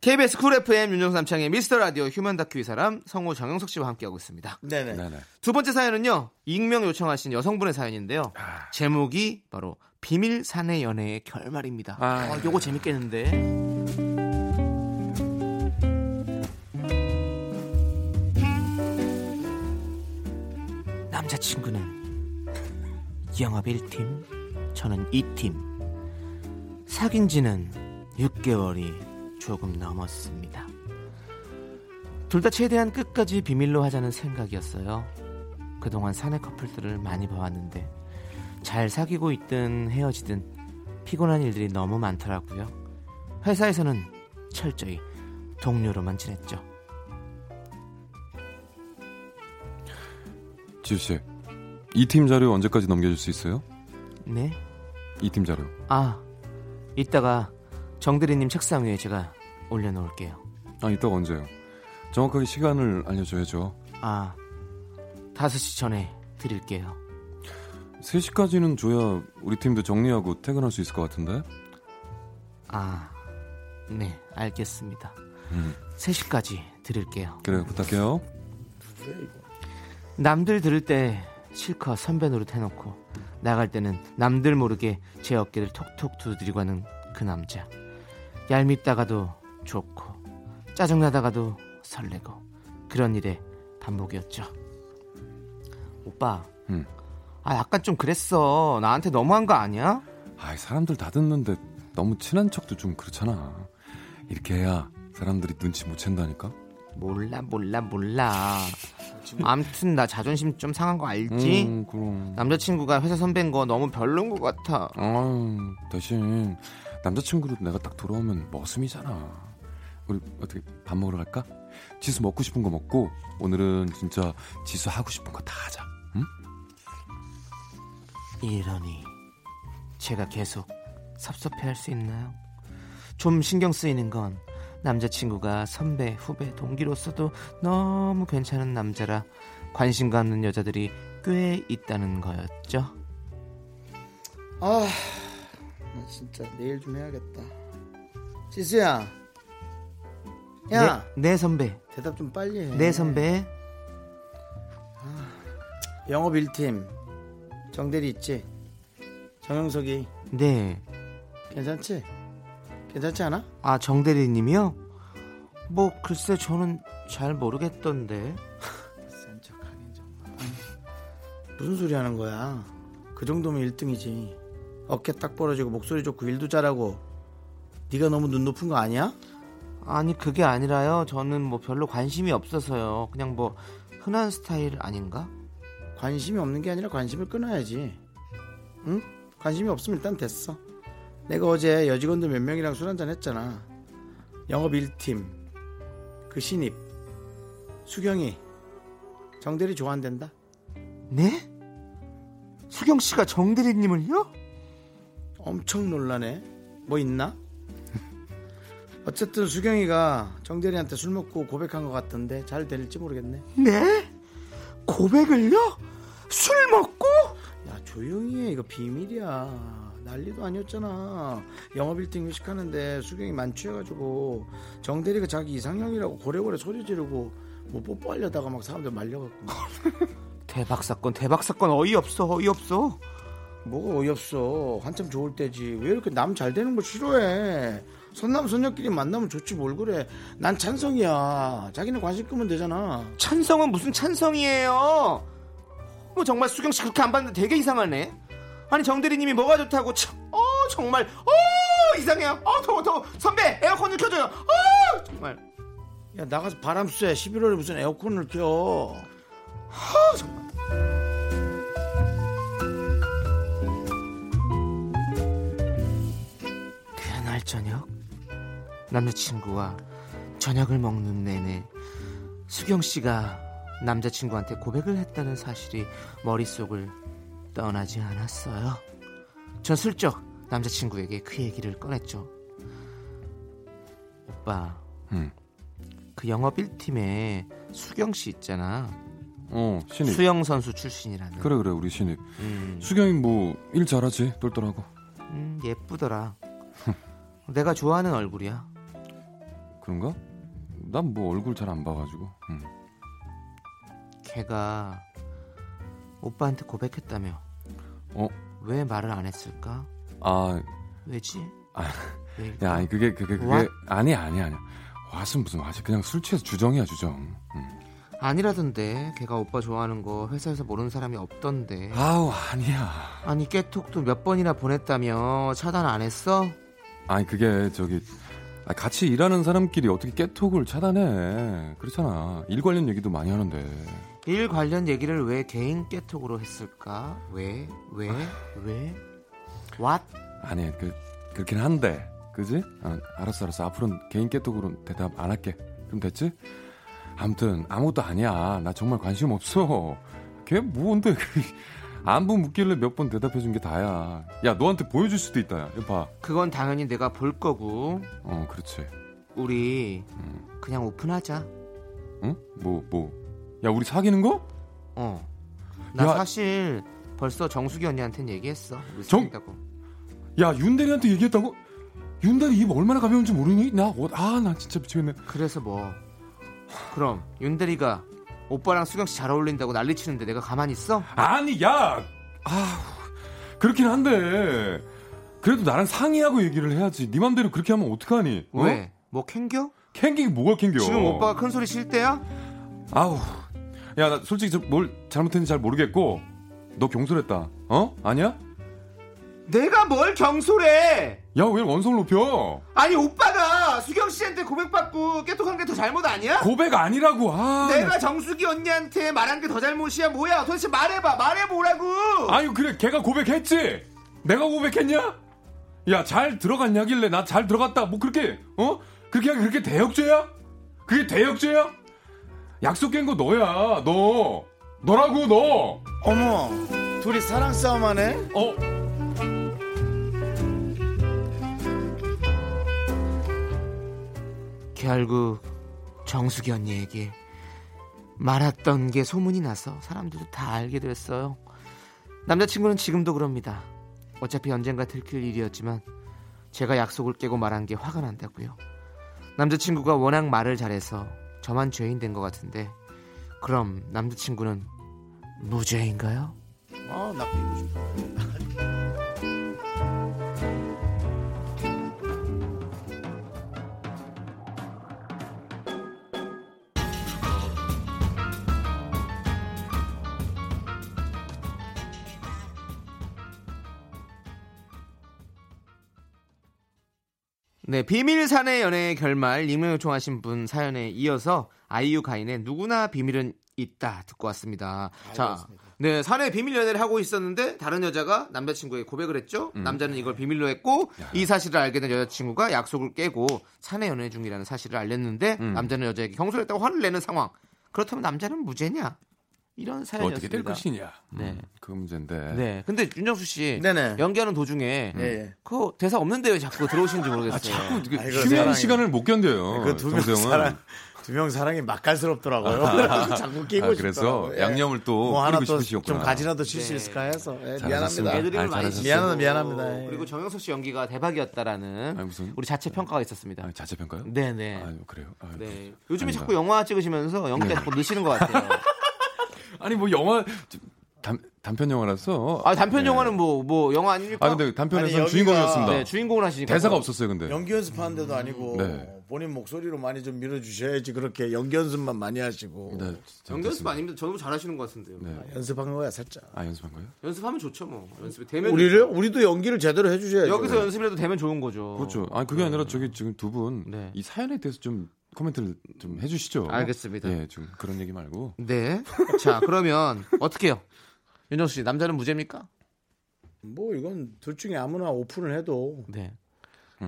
Speaker 2: KBS 쿨 FM 윤정수 남창의 미스터 라디오 휴먼 다큐 이 사람 성우 정영석 씨와 함께하고 있습니다.
Speaker 1: 네네.
Speaker 2: 두 번째 사연은요 익명 요청하신 여성분의 사연인데요 제목이 바로 비밀 사내 연애의 결말입니다. 아, 요거 재밌겠는데. 남자친구는 영업 1팀, 저는 2팀. 사귄 지는 6개월이 조금 넘었습니다. 둘 다 최대한 끝까지 비밀로 하자는 생각이었어요. 그동안 사내 커플들을 많이 봐왔는데 잘 사귀고 있든 헤어지든 피곤한 일들이 너무 많더라고요. 회사에서는 철저히 동료로만 지냈죠.
Speaker 9: 지우 씨, 이 팀 자료 언제까지 넘겨줄 수 있어요?
Speaker 2: 네?
Speaker 9: 이 팀 자료.
Speaker 2: 아, 이따가 정대리님 책상 위에 제가 올려놓을게요.
Speaker 9: 아 이따가 언제요? 정확하게 시간을 알려줘야죠.
Speaker 2: 아, 5시 전에 드릴게요.
Speaker 9: 3시까지는 줘야 우리 팀도 정리하고 퇴근할 수 있을 것 같은데.
Speaker 2: 아, 네, 알겠습니다.
Speaker 9: 음.
Speaker 2: 3시까지 드릴게요.
Speaker 9: 그래요, 부탁해요.
Speaker 2: 남들 들을 때 실컷 선배 노릇 해놓고 나갈 때는 남들 모르게 제 어깨를 톡톡 두드리고 하는 그 남자 얄밉다가도 좋고 짜증나다가도 설레고 그런 일의 반복이었죠 오빠. 아 약간 좀 그랬어. 나한테 너무한 거 아니야?
Speaker 9: 아이 사람들 다 듣는데 너무 친한 척도 좀 그렇잖아. 이렇게 해야 사람들이 눈치 못 챈다니까.
Speaker 2: 몰라 몰라 몰라. 암튼 나 자존심 좀 상한 거 알지?
Speaker 9: 음, 그럼.
Speaker 2: 남자친구가 회사 선배인 거 너무 별론 것 같아.
Speaker 9: 아 대신 남자친구로 내가 딱 돌아오면 머슴이잖아. 우리 어떻게 밥 먹으러 갈까? 지수 먹고 싶은 거 먹고 오늘은 진짜 지수 하고 싶은 거 다 하자. 응?
Speaker 2: 이러니 제가 계속 섭섭해할 수 있나요? 좀 신경 쓰이는 건 남자친구가 선배, 후배, 동기로서도 너무 괜찮은 남자라 관심 갖는 여자들이 꽤 있다는 거였죠.
Speaker 1: 아, 나 진짜 내일 좀 해야겠다. 지수야. 야,
Speaker 2: 네, 네 선배,
Speaker 1: 대답 좀 빨리 해.
Speaker 2: 네 선배,
Speaker 1: 영업 1팀 정대리 있지? 정영석이
Speaker 2: 네.
Speaker 1: 괜찮지? 괜찮지 않아?
Speaker 2: 아 정대리님이요? 뭐 글쎄 저는 잘 모르겠던데.
Speaker 1: 무슨 소리 하는 거야? 그 정도면 1등이지. 어깨 딱 벌어지고 목소리 좋고 일도 잘하고 네가 너무 눈 높은 거 아니야?
Speaker 2: 아니 그게 아니라요. 저는 뭐 별로 관심이 없어서요. 그냥 뭐 흔한 스타일 아닌가?
Speaker 1: 관심이 없는 게 아니라 관심을 끊어야지. 응? 관심이 없으면 일단 됐어. 내가 어제 여직원들 몇 명이랑 술 한잔 했잖아. 영업 1팀, 그 신입, 수경이, 정대리 좋아한댄다.
Speaker 2: 네? 수경 씨가 정대리님을요?
Speaker 1: 엄청 놀라네. 뭐 있나? 어쨌든 수경이가 정대리한테 술 먹고 고백한 것 같던데 잘 될지 모르겠네.
Speaker 2: 네? 고백을요? 술 먹고?
Speaker 1: 야 조용히 해 이거 비밀이야 난리도 아니었잖아 영업 1등 회식하는데 수경이 만취해가지고 정대리가 자기 이상형이라고 고래고래 소리 지르고 뭐 뽀뽀하려다가 막 사람들 말려갖고
Speaker 2: 대박 사건 대박 사건 어이없어 어이없어.
Speaker 1: 뭐가 어이없어 한참 좋을 때지 왜 이렇게 남 잘 되는 걸 싫어해 선남 선녀끼리 만나면 좋지 뭘 그래 난 찬성이야 자기는 관심 끄면 되잖아
Speaker 2: 찬성은 무슨 찬성이에요? 뭐 정말 수경 씨 그렇게 안 봤는데 되게 이상하네. 아니 정대리님이 뭐가 좋다고 참, 어 정말 어 이상해요. 어 더워 더워 선배 에어컨 좀 켜줘요. 어 정말
Speaker 1: 야 나가서 바람 쐬 11월에 무슨 에어컨을 켜
Speaker 2: 어 정말. 그날 저녁 남자친구와 저녁을 먹는 내내 수경 씨가 남자친구한테 고백을 했다는 사실이 머릿속을 떠나지 않았어요. 전 슬쩍 남자친구에게 그 얘기를 꺼냈죠. 오빠,
Speaker 9: 응.
Speaker 2: 그 영업 1팀에 수경 씨 있잖아.
Speaker 9: 어 신입.
Speaker 2: 수영 선수 출신이라는.
Speaker 9: 그래 그래 우리 신입.
Speaker 2: 음.
Speaker 9: 수경이 뭐 일 잘하지 똘똘하고.
Speaker 2: 음, 예쁘더라. 내가 좋아하는 얼굴이야.
Speaker 9: 그런가? 난 뭐 얼굴 잘 안 봐가지고. 음.
Speaker 2: 걔가 오빠한테 고백했다며.
Speaker 9: 어?
Speaker 2: 왜 말을 안 했을까?
Speaker 9: 아,
Speaker 2: 왜지?
Speaker 9: 아,
Speaker 2: 왜일까?
Speaker 9: 야, 아니 그게 그게 그게
Speaker 2: 와?
Speaker 9: 아니 아니 아니. 왓은 무슨 왓이 그냥 술 취해서 주정이야 주정. 음.
Speaker 2: 아니라던데 걔가 오빠 좋아하는 거 회사에서 모르는 사람이 없던데
Speaker 9: 아우 아니야.
Speaker 2: 아니 깨톡도 몇 번이나 보냈다며 차단 안 했어?
Speaker 9: 아니 그게 저기 아, 같이 일하는 사람끼리 어떻게 깨톡을 차단해? 그렇잖아. 일 관련 얘기도 많이 하는데.
Speaker 2: 일 관련 얘기를 왜 개인 깨톡으로 했을까? 왜?
Speaker 9: 아.
Speaker 2: 왜? 왜? 왓?
Speaker 9: 아니 그 그렇긴 한데 그지? 아, 알았어 알았어 앞으로는 개인 깨톡으로 대답 안 할게 그럼 됐지? 아무튼 아무것도 아니야 나 정말 관심 없어 걔 뭔데 그 안부 묻길래 몇 번 대답해준 게 다야 야 너한테 보여줄 수도 있다 야 봐.
Speaker 2: 그건 당연히 내가 볼 거고
Speaker 9: 어 그렇지
Speaker 2: 우리
Speaker 9: 음.
Speaker 2: 그냥 오픈하자
Speaker 9: 응? 뭐 뭐 야 우리 사귀는 거?
Speaker 2: 어. 나
Speaker 9: 야.
Speaker 2: 사실 벌써 정수기 언니한테는 얘기했어 우리
Speaker 9: 정-
Speaker 2: 사귄다고
Speaker 9: 야 윤대리한테 얘기했다고? 윤대리 입 얼마나 가벼운지 모르니? 나 아 나 진짜 미치겠네
Speaker 2: 그래서 뭐 그럼 윤대리가 오빠랑 수경씨 잘 어울린다고 난리치는데 내가 가만히 있어?
Speaker 9: 아니 야, 아 그렇긴 한데 그래도 나랑 상의하고 얘기를 해야지. 네 맘대로 그렇게 하면 어떡하니? 어?
Speaker 2: 왜? 뭐 캥겨?
Speaker 9: 캥기기 뭐가 캥겨?
Speaker 2: 지금 오빠가 큰 소리 칠 때야?
Speaker 9: 아우 야, 나 솔직히 저 뭘 잘못했는지 잘 모르겠고, 너 경솔했다. 어? 아니야?
Speaker 2: 내가 뭘 경솔해?
Speaker 9: 야, 왜 원성 높여?
Speaker 2: 아니 오빠가 수경 씨한테 고백받고 깨톡한 게 더 잘못 아니야?
Speaker 9: 고백 아니라고, 아.
Speaker 2: 내가 정수기 언니한테 말한 게 더 잘못이야 뭐야? 도대체 말해봐 말해보라고.
Speaker 9: 아유, 그래, 걔가 고백했지? 내가 고백했냐? 야, 잘 들어갔냐길래 나 잘 들어갔다. 뭐 그렇게, 어? 그렇게 하기 그렇게 대역죄야? 그게 대역죄야? 약속 깬 거 너야, 너. 너라고, 너.
Speaker 1: 어머, 둘이 사랑 싸움하네?
Speaker 9: 어?
Speaker 2: 결국 정수기 언니에게 말았던 게 소문이 나서 사람들이 다 알게 됐어요. 남자친구는 지금도 그럽니다. 어차피 언젠가 들킬 일이었지만 제가 약속을 깨고 말한 게 화가 난다고요. 남자친구가 워낙 말을 잘해서 저만 죄인 된 것 같은데 그럼 남자친구는 무죄인가요?
Speaker 1: 아, 나 빌고 싶어.
Speaker 2: 네, 비밀사내 연애의 결말 익명 요청하신 분 사연에 이어서 아이유 가인의 누구나 비밀은 있다 듣고 왔습니다. 자, 네, 사내 비밀 연애를 하고 있었는데 다른 여자가 남자친구에게 고백을 했죠.
Speaker 9: 음.
Speaker 2: 남자는 이걸 비밀로 했고 이 사실을 알게 된 여자친구가 약속을 깨고 사내 연애 중이라는 사실을 알렸는데
Speaker 9: 음.
Speaker 2: 남자는 여자에게 경솔했다고 화를 내는 상황. 그렇다면 남자는 무죄냐? 이런 사연이었습니다.
Speaker 9: 어떻게 될 것이냐.
Speaker 2: 네.
Speaker 9: 음, 그 문제인데.
Speaker 2: 네. 근데 윤정수 씨
Speaker 1: 네네.
Speaker 2: 연기하는 도중에
Speaker 1: 예.
Speaker 2: 그 대사 없는데 왜 자꾸 들어오시는지 모르겠어요.
Speaker 9: 네. 아, 자꾸 이게
Speaker 1: 아이고,
Speaker 9: 휴면
Speaker 1: 사랑해.
Speaker 9: 시간을 못 견뎌요.
Speaker 1: 그 두 명
Speaker 9: 어, 정수영은.
Speaker 1: 사랑, 두 명 사랑이 맛깔스럽더라고요. 그래서 자꾸 끼고
Speaker 9: 아, 그래서
Speaker 1: 싶더라고요. 예.
Speaker 9: 양념을 또
Speaker 1: 뭐 하나
Speaker 9: 뿌리고
Speaker 1: 또
Speaker 9: 싶으시겠구나.
Speaker 1: 좀 가지라도 칠 수
Speaker 2: 네.
Speaker 1: 있을까 해서 예,
Speaker 9: 잘하셨습니다.
Speaker 1: 미안합니다.
Speaker 2: 애드립을
Speaker 9: 아,
Speaker 2: 많이
Speaker 9: 잘하셨어요.
Speaker 1: 미안하다,
Speaker 2: 쓰고
Speaker 1: 미안합니다. 예.
Speaker 2: 그리고 정영석 씨 연기가 대박이었다라는
Speaker 9: 아니, 무슨-
Speaker 2: 우리 자체 평가가 있었습니다.
Speaker 9: 아, 자체 평가요?
Speaker 2: 네네.
Speaker 9: 아유, 그래요. 아유,
Speaker 2: 네. 요즘에
Speaker 9: 아니다. 네.
Speaker 2: 자꾸 영화 찍으시면서 연기가 자꾸 느시는 것 같아요.
Speaker 9: 아니 뭐 영화 좀 단, 단편 영화라서
Speaker 2: 아 단편
Speaker 9: 네.
Speaker 2: 영화는 뭐 뭐 영화 아닙니까?
Speaker 9: 아 근데
Speaker 1: 아니,
Speaker 9: 단편에서는
Speaker 1: 여기가-
Speaker 9: 주인공이었습니다.
Speaker 2: 네, 주인공을 하시니까
Speaker 9: 대사가 없었어요, 근데.
Speaker 1: 연기 연습하는데도 아니고
Speaker 9: 네.
Speaker 1: 본인 목소리로 많이 좀 밀어주셔야지 그렇게 연기 연습만 많이 하시고
Speaker 9: 네,
Speaker 2: 연습
Speaker 9: 잘못했습니다.
Speaker 2: 아닙니다. 저도 잘하시는 것 같은데요.
Speaker 9: 네.
Speaker 1: 연습한 거야 살짝.
Speaker 9: 아 연습한 거예요?
Speaker 2: 연습하면 좋죠 뭐. 연습이 되면
Speaker 1: 우리를 우리도 연기를 제대로 해주셔야죠.
Speaker 2: 여기서 연습이라도 되면 좋은 거죠.
Speaker 9: 그렇죠. 아니 그게 아니라 저기 지금 두 분 이
Speaker 2: 네.
Speaker 9: 사연에 대해서 좀 코멘트를 좀 해주시죠.
Speaker 2: 알겠습니다.
Speaker 9: 예, 좀 그런 얘기 말고.
Speaker 2: 네. 자 그러면 어떻게요? 윤정수 씨 남자는 무죄입니까?
Speaker 1: 뭐 이건 둘 중에 아무나 오픈을 해도
Speaker 2: 네.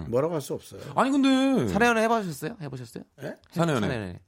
Speaker 1: 뭐라고 할 수 없어요.
Speaker 9: 아니 근데
Speaker 2: 사내연애 해보셨어요? 해보셨어요?
Speaker 9: 사내연애.
Speaker 2: 사내연애.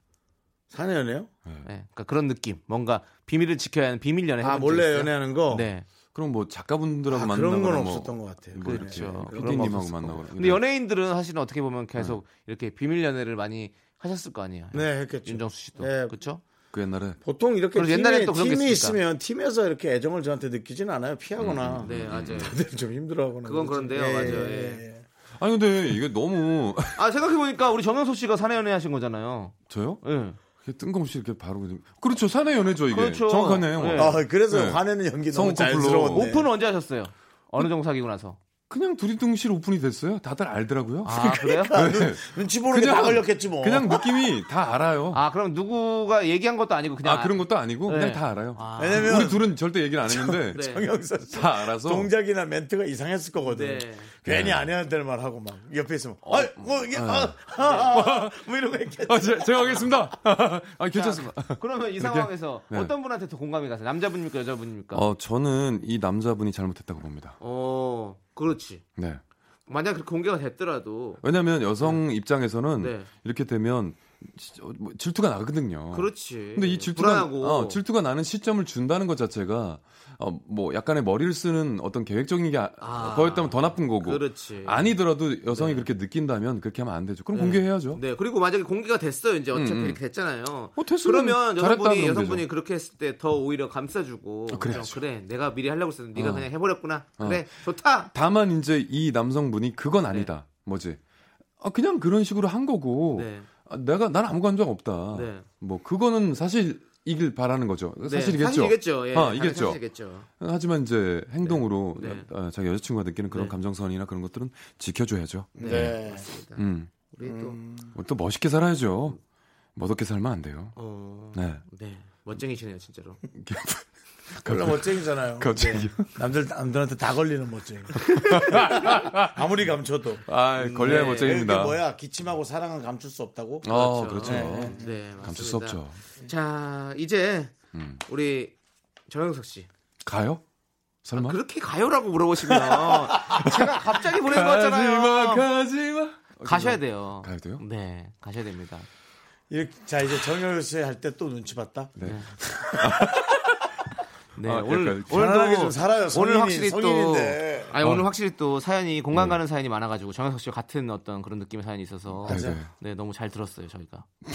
Speaker 1: 사내연애요?
Speaker 2: 네. 그러니까 그런 느낌. 뭔가 비밀을 지켜야 하는 비밀 연애.
Speaker 1: 아
Speaker 2: 해본 적
Speaker 1: 몰래
Speaker 2: 있어요?
Speaker 1: 연애하는 거.
Speaker 2: 네.
Speaker 9: 그럼 뭐 작가분들하고
Speaker 1: 아,
Speaker 9: 만나거나
Speaker 1: 그런 건
Speaker 9: 뭐-
Speaker 1: 없었던 것 같아요.
Speaker 9: 뭐 이렇게
Speaker 2: 그렇죠. 그런 거
Speaker 9: PD님하고
Speaker 2: 없었을
Speaker 9: 만나거나.
Speaker 2: 근데 연예인들은 사실은 어떻게 보면 계속 이렇게 비밀 연애를 많이 하셨을 거 아니에요.
Speaker 1: 네, 했겠죠.
Speaker 2: 윤정수 씨도
Speaker 1: 네.
Speaker 2: 그렇죠?
Speaker 9: 그 옛날에
Speaker 1: 보통 이렇게
Speaker 2: 그리고
Speaker 1: 팀이,
Speaker 2: 옛날에 또 그런 게
Speaker 1: 팀이
Speaker 2: 있으니까.
Speaker 1: 있으면 팀에서 이렇게 애정을 저한테 느끼진 않아요. 피하거나
Speaker 2: 네, 맞아요.
Speaker 1: 다들 좀 힘들어하거나.
Speaker 2: 그건
Speaker 1: 그러지.
Speaker 2: 그런데요, 맞아요. 예.
Speaker 9: 아니 근데 이게 너무
Speaker 2: 아 생각해 보니까 우리 정영석 씨가 사내 연애 하신 거잖아요.
Speaker 9: 저요?
Speaker 2: 예.
Speaker 1: 네.
Speaker 9: 이게 뜬금없이 이렇게 바로 그냥- 그렇죠 사내 연애죠 이게
Speaker 2: 그렇죠.
Speaker 9: 정확하네요.
Speaker 2: 네.
Speaker 1: 아, 그래서
Speaker 9: 네.
Speaker 1: 화내는 연기 너무
Speaker 9: 성우 커플로.
Speaker 1: 잘스러운데.
Speaker 2: 오픈 은 언제 하셨어요? 어느 정도 사귀고 나서.
Speaker 9: 그냥 두리둥실 오픈이 됐어요. 다들 알더라고요.
Speaker 2: 아 그래요?
Speaker 9: 네.
Speaker 1: 눈치 보는 게 다 걸렸겠지 뭐.
Speaker 9: 그냥 느낌이 다 알아요. 아,
Speaker 2: 아 그럼 누구가 얘기한 것도 아니고 그냥
Speaker 9: 그런 것도 아니고
Speaker 2: 네.
Speaker 9: 그냥 다 알아요.
Speaker 2: 아,
Speaker 1: 왜냐면
Speaker 9: 우리 둘은 절대 얘기를 안 했는데
Speaker 2: 네.
Speaker 1: 정영선 씨
Speaker 9: 다 알아서
Speaker 1: 동작이나 멘트가 이상했을 거거든.
Speaker 2: 네. 어, 네.
Speaker 1: 괜히 안 해야 될 말 하고 막 옆에 있으면 아, 뭐 이게 아, 아, 아, 아, 뭐 이런 거 했겠지.
Speaker 9: 아, 제, 제가 하겠습니다. 아, 괜찮습니다.
Speaker 2: 그러면 이 상황에서
Speaker 9: 네.
Speaker 2: 어떤 분한테 더 공감이 가세요? 남자분입니까 여자분입니까?
Speaker 9: 어, 저는 이 남자분이 잘못했다고 봅니다.
Speaker 2: 어, 그렇지.
Speaker 9: 네.
Speaker 2: 만약 그 공개가 됐더라도
Speaker 9: 왜냐면 하 여성 입장에서는
Speaker 2: 네.
Speaker 9: 이렇게 되면 지- 어, 뭐 질투가 나거든요.
Speaker 2: 그렇지.
Speaker 9: 근데 이 질투가
Speaker 2: 불안하고
Speaker 9: 어, 질투가 나는 시점을 준다는 것 자체가 어, 뭐 약간의 머리를 쓰는 어떤 계획적인 게 아- 네.
Speaker 2: 아,
Speaker 9: 거였다면 더 나쁜 거고
Speaker 2: 그렇지.
Speaker 9: 아니더라도 여성이 그렇게 느낀다면 그렇게 하면 안 되죠. 그럼 공개해야죠.
Speaker 2: 네 그리고 만약에 공개가 됐어요 이제 어차피
Speaker 9: 음, 음.
Speaker 2: 이렇게 됐잖아요.
Speaker 9: 어, 됐으면
Speaker 2: 그러면
Speaker 9: 잘했다
Speaker 2: 여성분이
Speaker 9: 그러면
Speaker 2: 여성분이
Speaker 9: 되죠.
Speaker 2: 그렇게 했을 때 더 오히려 감싸주고
Speaker 9: 어, 그래야죠.
Speaker 2: 어, 그래 내가 미리 하려고 했었는데 네가
Speaker 9: 어.
Speaker 2: 그냥 해버렸구나.
Speaker 9: 어.
Speaker 2: 그래 좋다.
Speaker 9: 다만 이제 이 남성분이
Speaker 2: 네.
Speaker 9: 그건 아니다. 뭐지? 아, 그냥 그런 식으로 한 거고
Speaker 2: 네.
Speaker 9: 아, 내가 난 아무 관정 없다.
Speaker 2: 네.
Speaker 9: 뭐 그거는 사실 이길 바라는 거죠.
Speaker 2: 네,
Speaker 9: 사실이겠죠.
Speaker 2: 사실이겠죠. 예,
Speaker 9: 아,
Speaker 2: 당연히
Speaker 9: 이겠죠.
Speaker 2: 사실이겠죠.
Speaker 9: 하지만 이제 행동으로
Speaker 2: 네. 네.
Speaker 9: 아, 자기 여자친구가 느끼는 그런
Speaker 2: 네.
Speaker 9: 감정선이나 그런 것들은 지켜줘야죠. 뭐
Speaker 1: 네.
Speaker 2: 맞습니다.
Speaker 9: 음.
Speaker 2: 우리 또
Speaker 9: 뭐또 멋있게 살아야죠. 멋없게 살면 안 돼요.
Speaker 2: 어,
Speaker 9: 네.
Speaker 2: 네. 멋쟁이시네요 진짜로.
Speaker 1: 원래 멋쟁이잖아요.
Speaker 2: 그렇죠.
Speaker 9: 갑자기요?
Speaker 1: 네. 남들 남들한테 다 걸리는 멋쟁이. 아무리 감춰도.
Speaker 9: 아, 걸려야
Speaker 2: 네.
Speaker 9: 멋쟁입니다.
Speaker 1: 이게 뭐야? 기침하고 사랑은 감출 수 없다고?
Speaker 9: 아, 그렇죠.
Speaker 1: 네.
Speaker 2: 네, 맞습니다.
Speaker 9: 감출 수 없죠.
Speaker 2: 자, 이제
Speaker 9: 음.
Speaker 2: 우리 정영석 씨.
Speaker 9: 가요? 설마?
Speaker 2: 아, 그렇게 가요라고 물어보시면 제가 갑자기 보내는
Speaker 9: 가지마,
Speaker 2: 거잖아요.
Speaker 9: 가지마.
Speaker 2: 가셔야 돼요.
Speaker 9: 가야 돼요?
Speaker 2: 네, 가셔야 됩니다.
Speaker 1: 이렇게, 자 이제 정열 씨할 때 또 눈치 봤다.
Speaker 9: 네.
Speaker 2: 네,
Speaker 1: 아,
Speaker 2: 오늘
Speaker 1: 약간 편안하게 좀 살아요. 성인이-
Speaker 2: 오늘 확실히
Speaker 1: 성인인데.
Speaker 2: 또 아니
Speaker 1: 어.
Speaker 2: 오늘 확실히 또 사연이 공감 가는 사연이 많아가지고 정영석 씨와 같은 어떤 그런 느낌의 사연이 있어서
Speaker 9: 맞아요.
Speaker 2: 네 너무 잘 들었어요 저희가 네.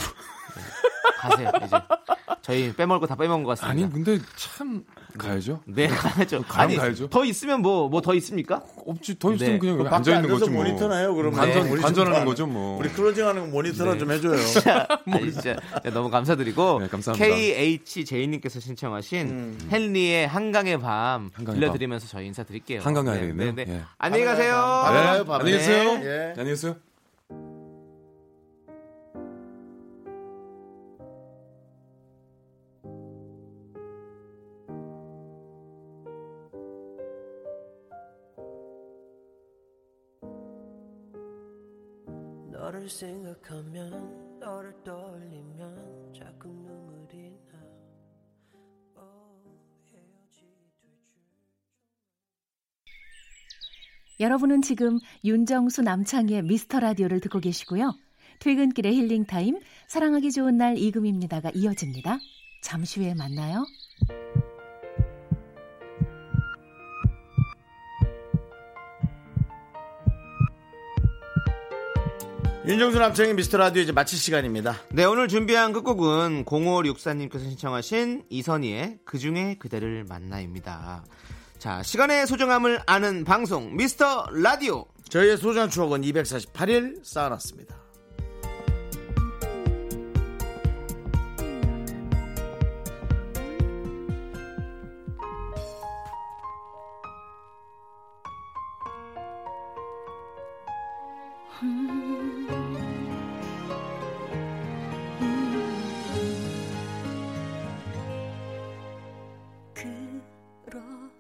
Speaker 2: 가세요 이제 저희 빼먹을 거 다 빼먹은 것 같습니다.
Speaker 9: 아니, 근데 참 가야죠.
Speaker 2: 네 가야죠.
Speaker 9: 가면 가야죠.
Speaker 2: 더 있으면 뭐 뭐 더 있습니까?
Speaker 9: 없지 더
Speaker 1: 네.
Speaker 9: 있으면 그냥 여기 앉아 있는 거지 뭐.
Speaker 1: 모니터나요? 그럼
Speaker 9: 관전 관전하는 거죠 뭐.
Speaker 1: 우리 클로징하는 거 모니터나
Speaker 2: 네.
Speaker 1: 좀 해줘요.
Speaker 2: 진짜, 아니, 진짜 네, 너무 감사드리고
Speaker 9: 감사합니다. 음.
Speaker 2: KHJ님께서 신청하신 헨리의 한강의 밤
Speaker 9: 한강의
Speaker 2: 들려드리면서 저희 인사드릴게요.
Speaker 9: 한강 가야
Speaker 2: 네,
Speaker 9: 되겠네요.
Speaker 2: 네, 네.
Speaker 9: 예.
Speaker 2: 안녕히 가세요.
Speaker 1: 밤에 가요, 밤에.
Speaker 9: 네, 안녕히 계세요.
Speaker 1: 네. 예.
Speaker 9: 안녕히 계세요.
Speaker 13: 너를 생각하면 너를 떠올리면 자꾸 눈물이 나
Speaker 14: 여러분은 지금 윤정수 남창희의 미스터 라디오를 듣고 계시고요. 퇴근길의 힐링 타임, 사랑하기 좋은 날 이금입니다가 이어집니다. 잠시 후에 만나요.
Speaker 1: 윤정수 남창의 미스터 라디오 이제 마칠 시간입니다.
Speaker 2: 네, 오늘 준비한 끝곡은 0564님께서 신청하신 이선희의 그중에 그대를 만나입니다. 자, 시간의 소중함을 아는 방송 미스터 라디오.
Speaker 1: 저희의 소중한 추억은 248일 쌓아놨습니다.
Speaker 3: 그렇게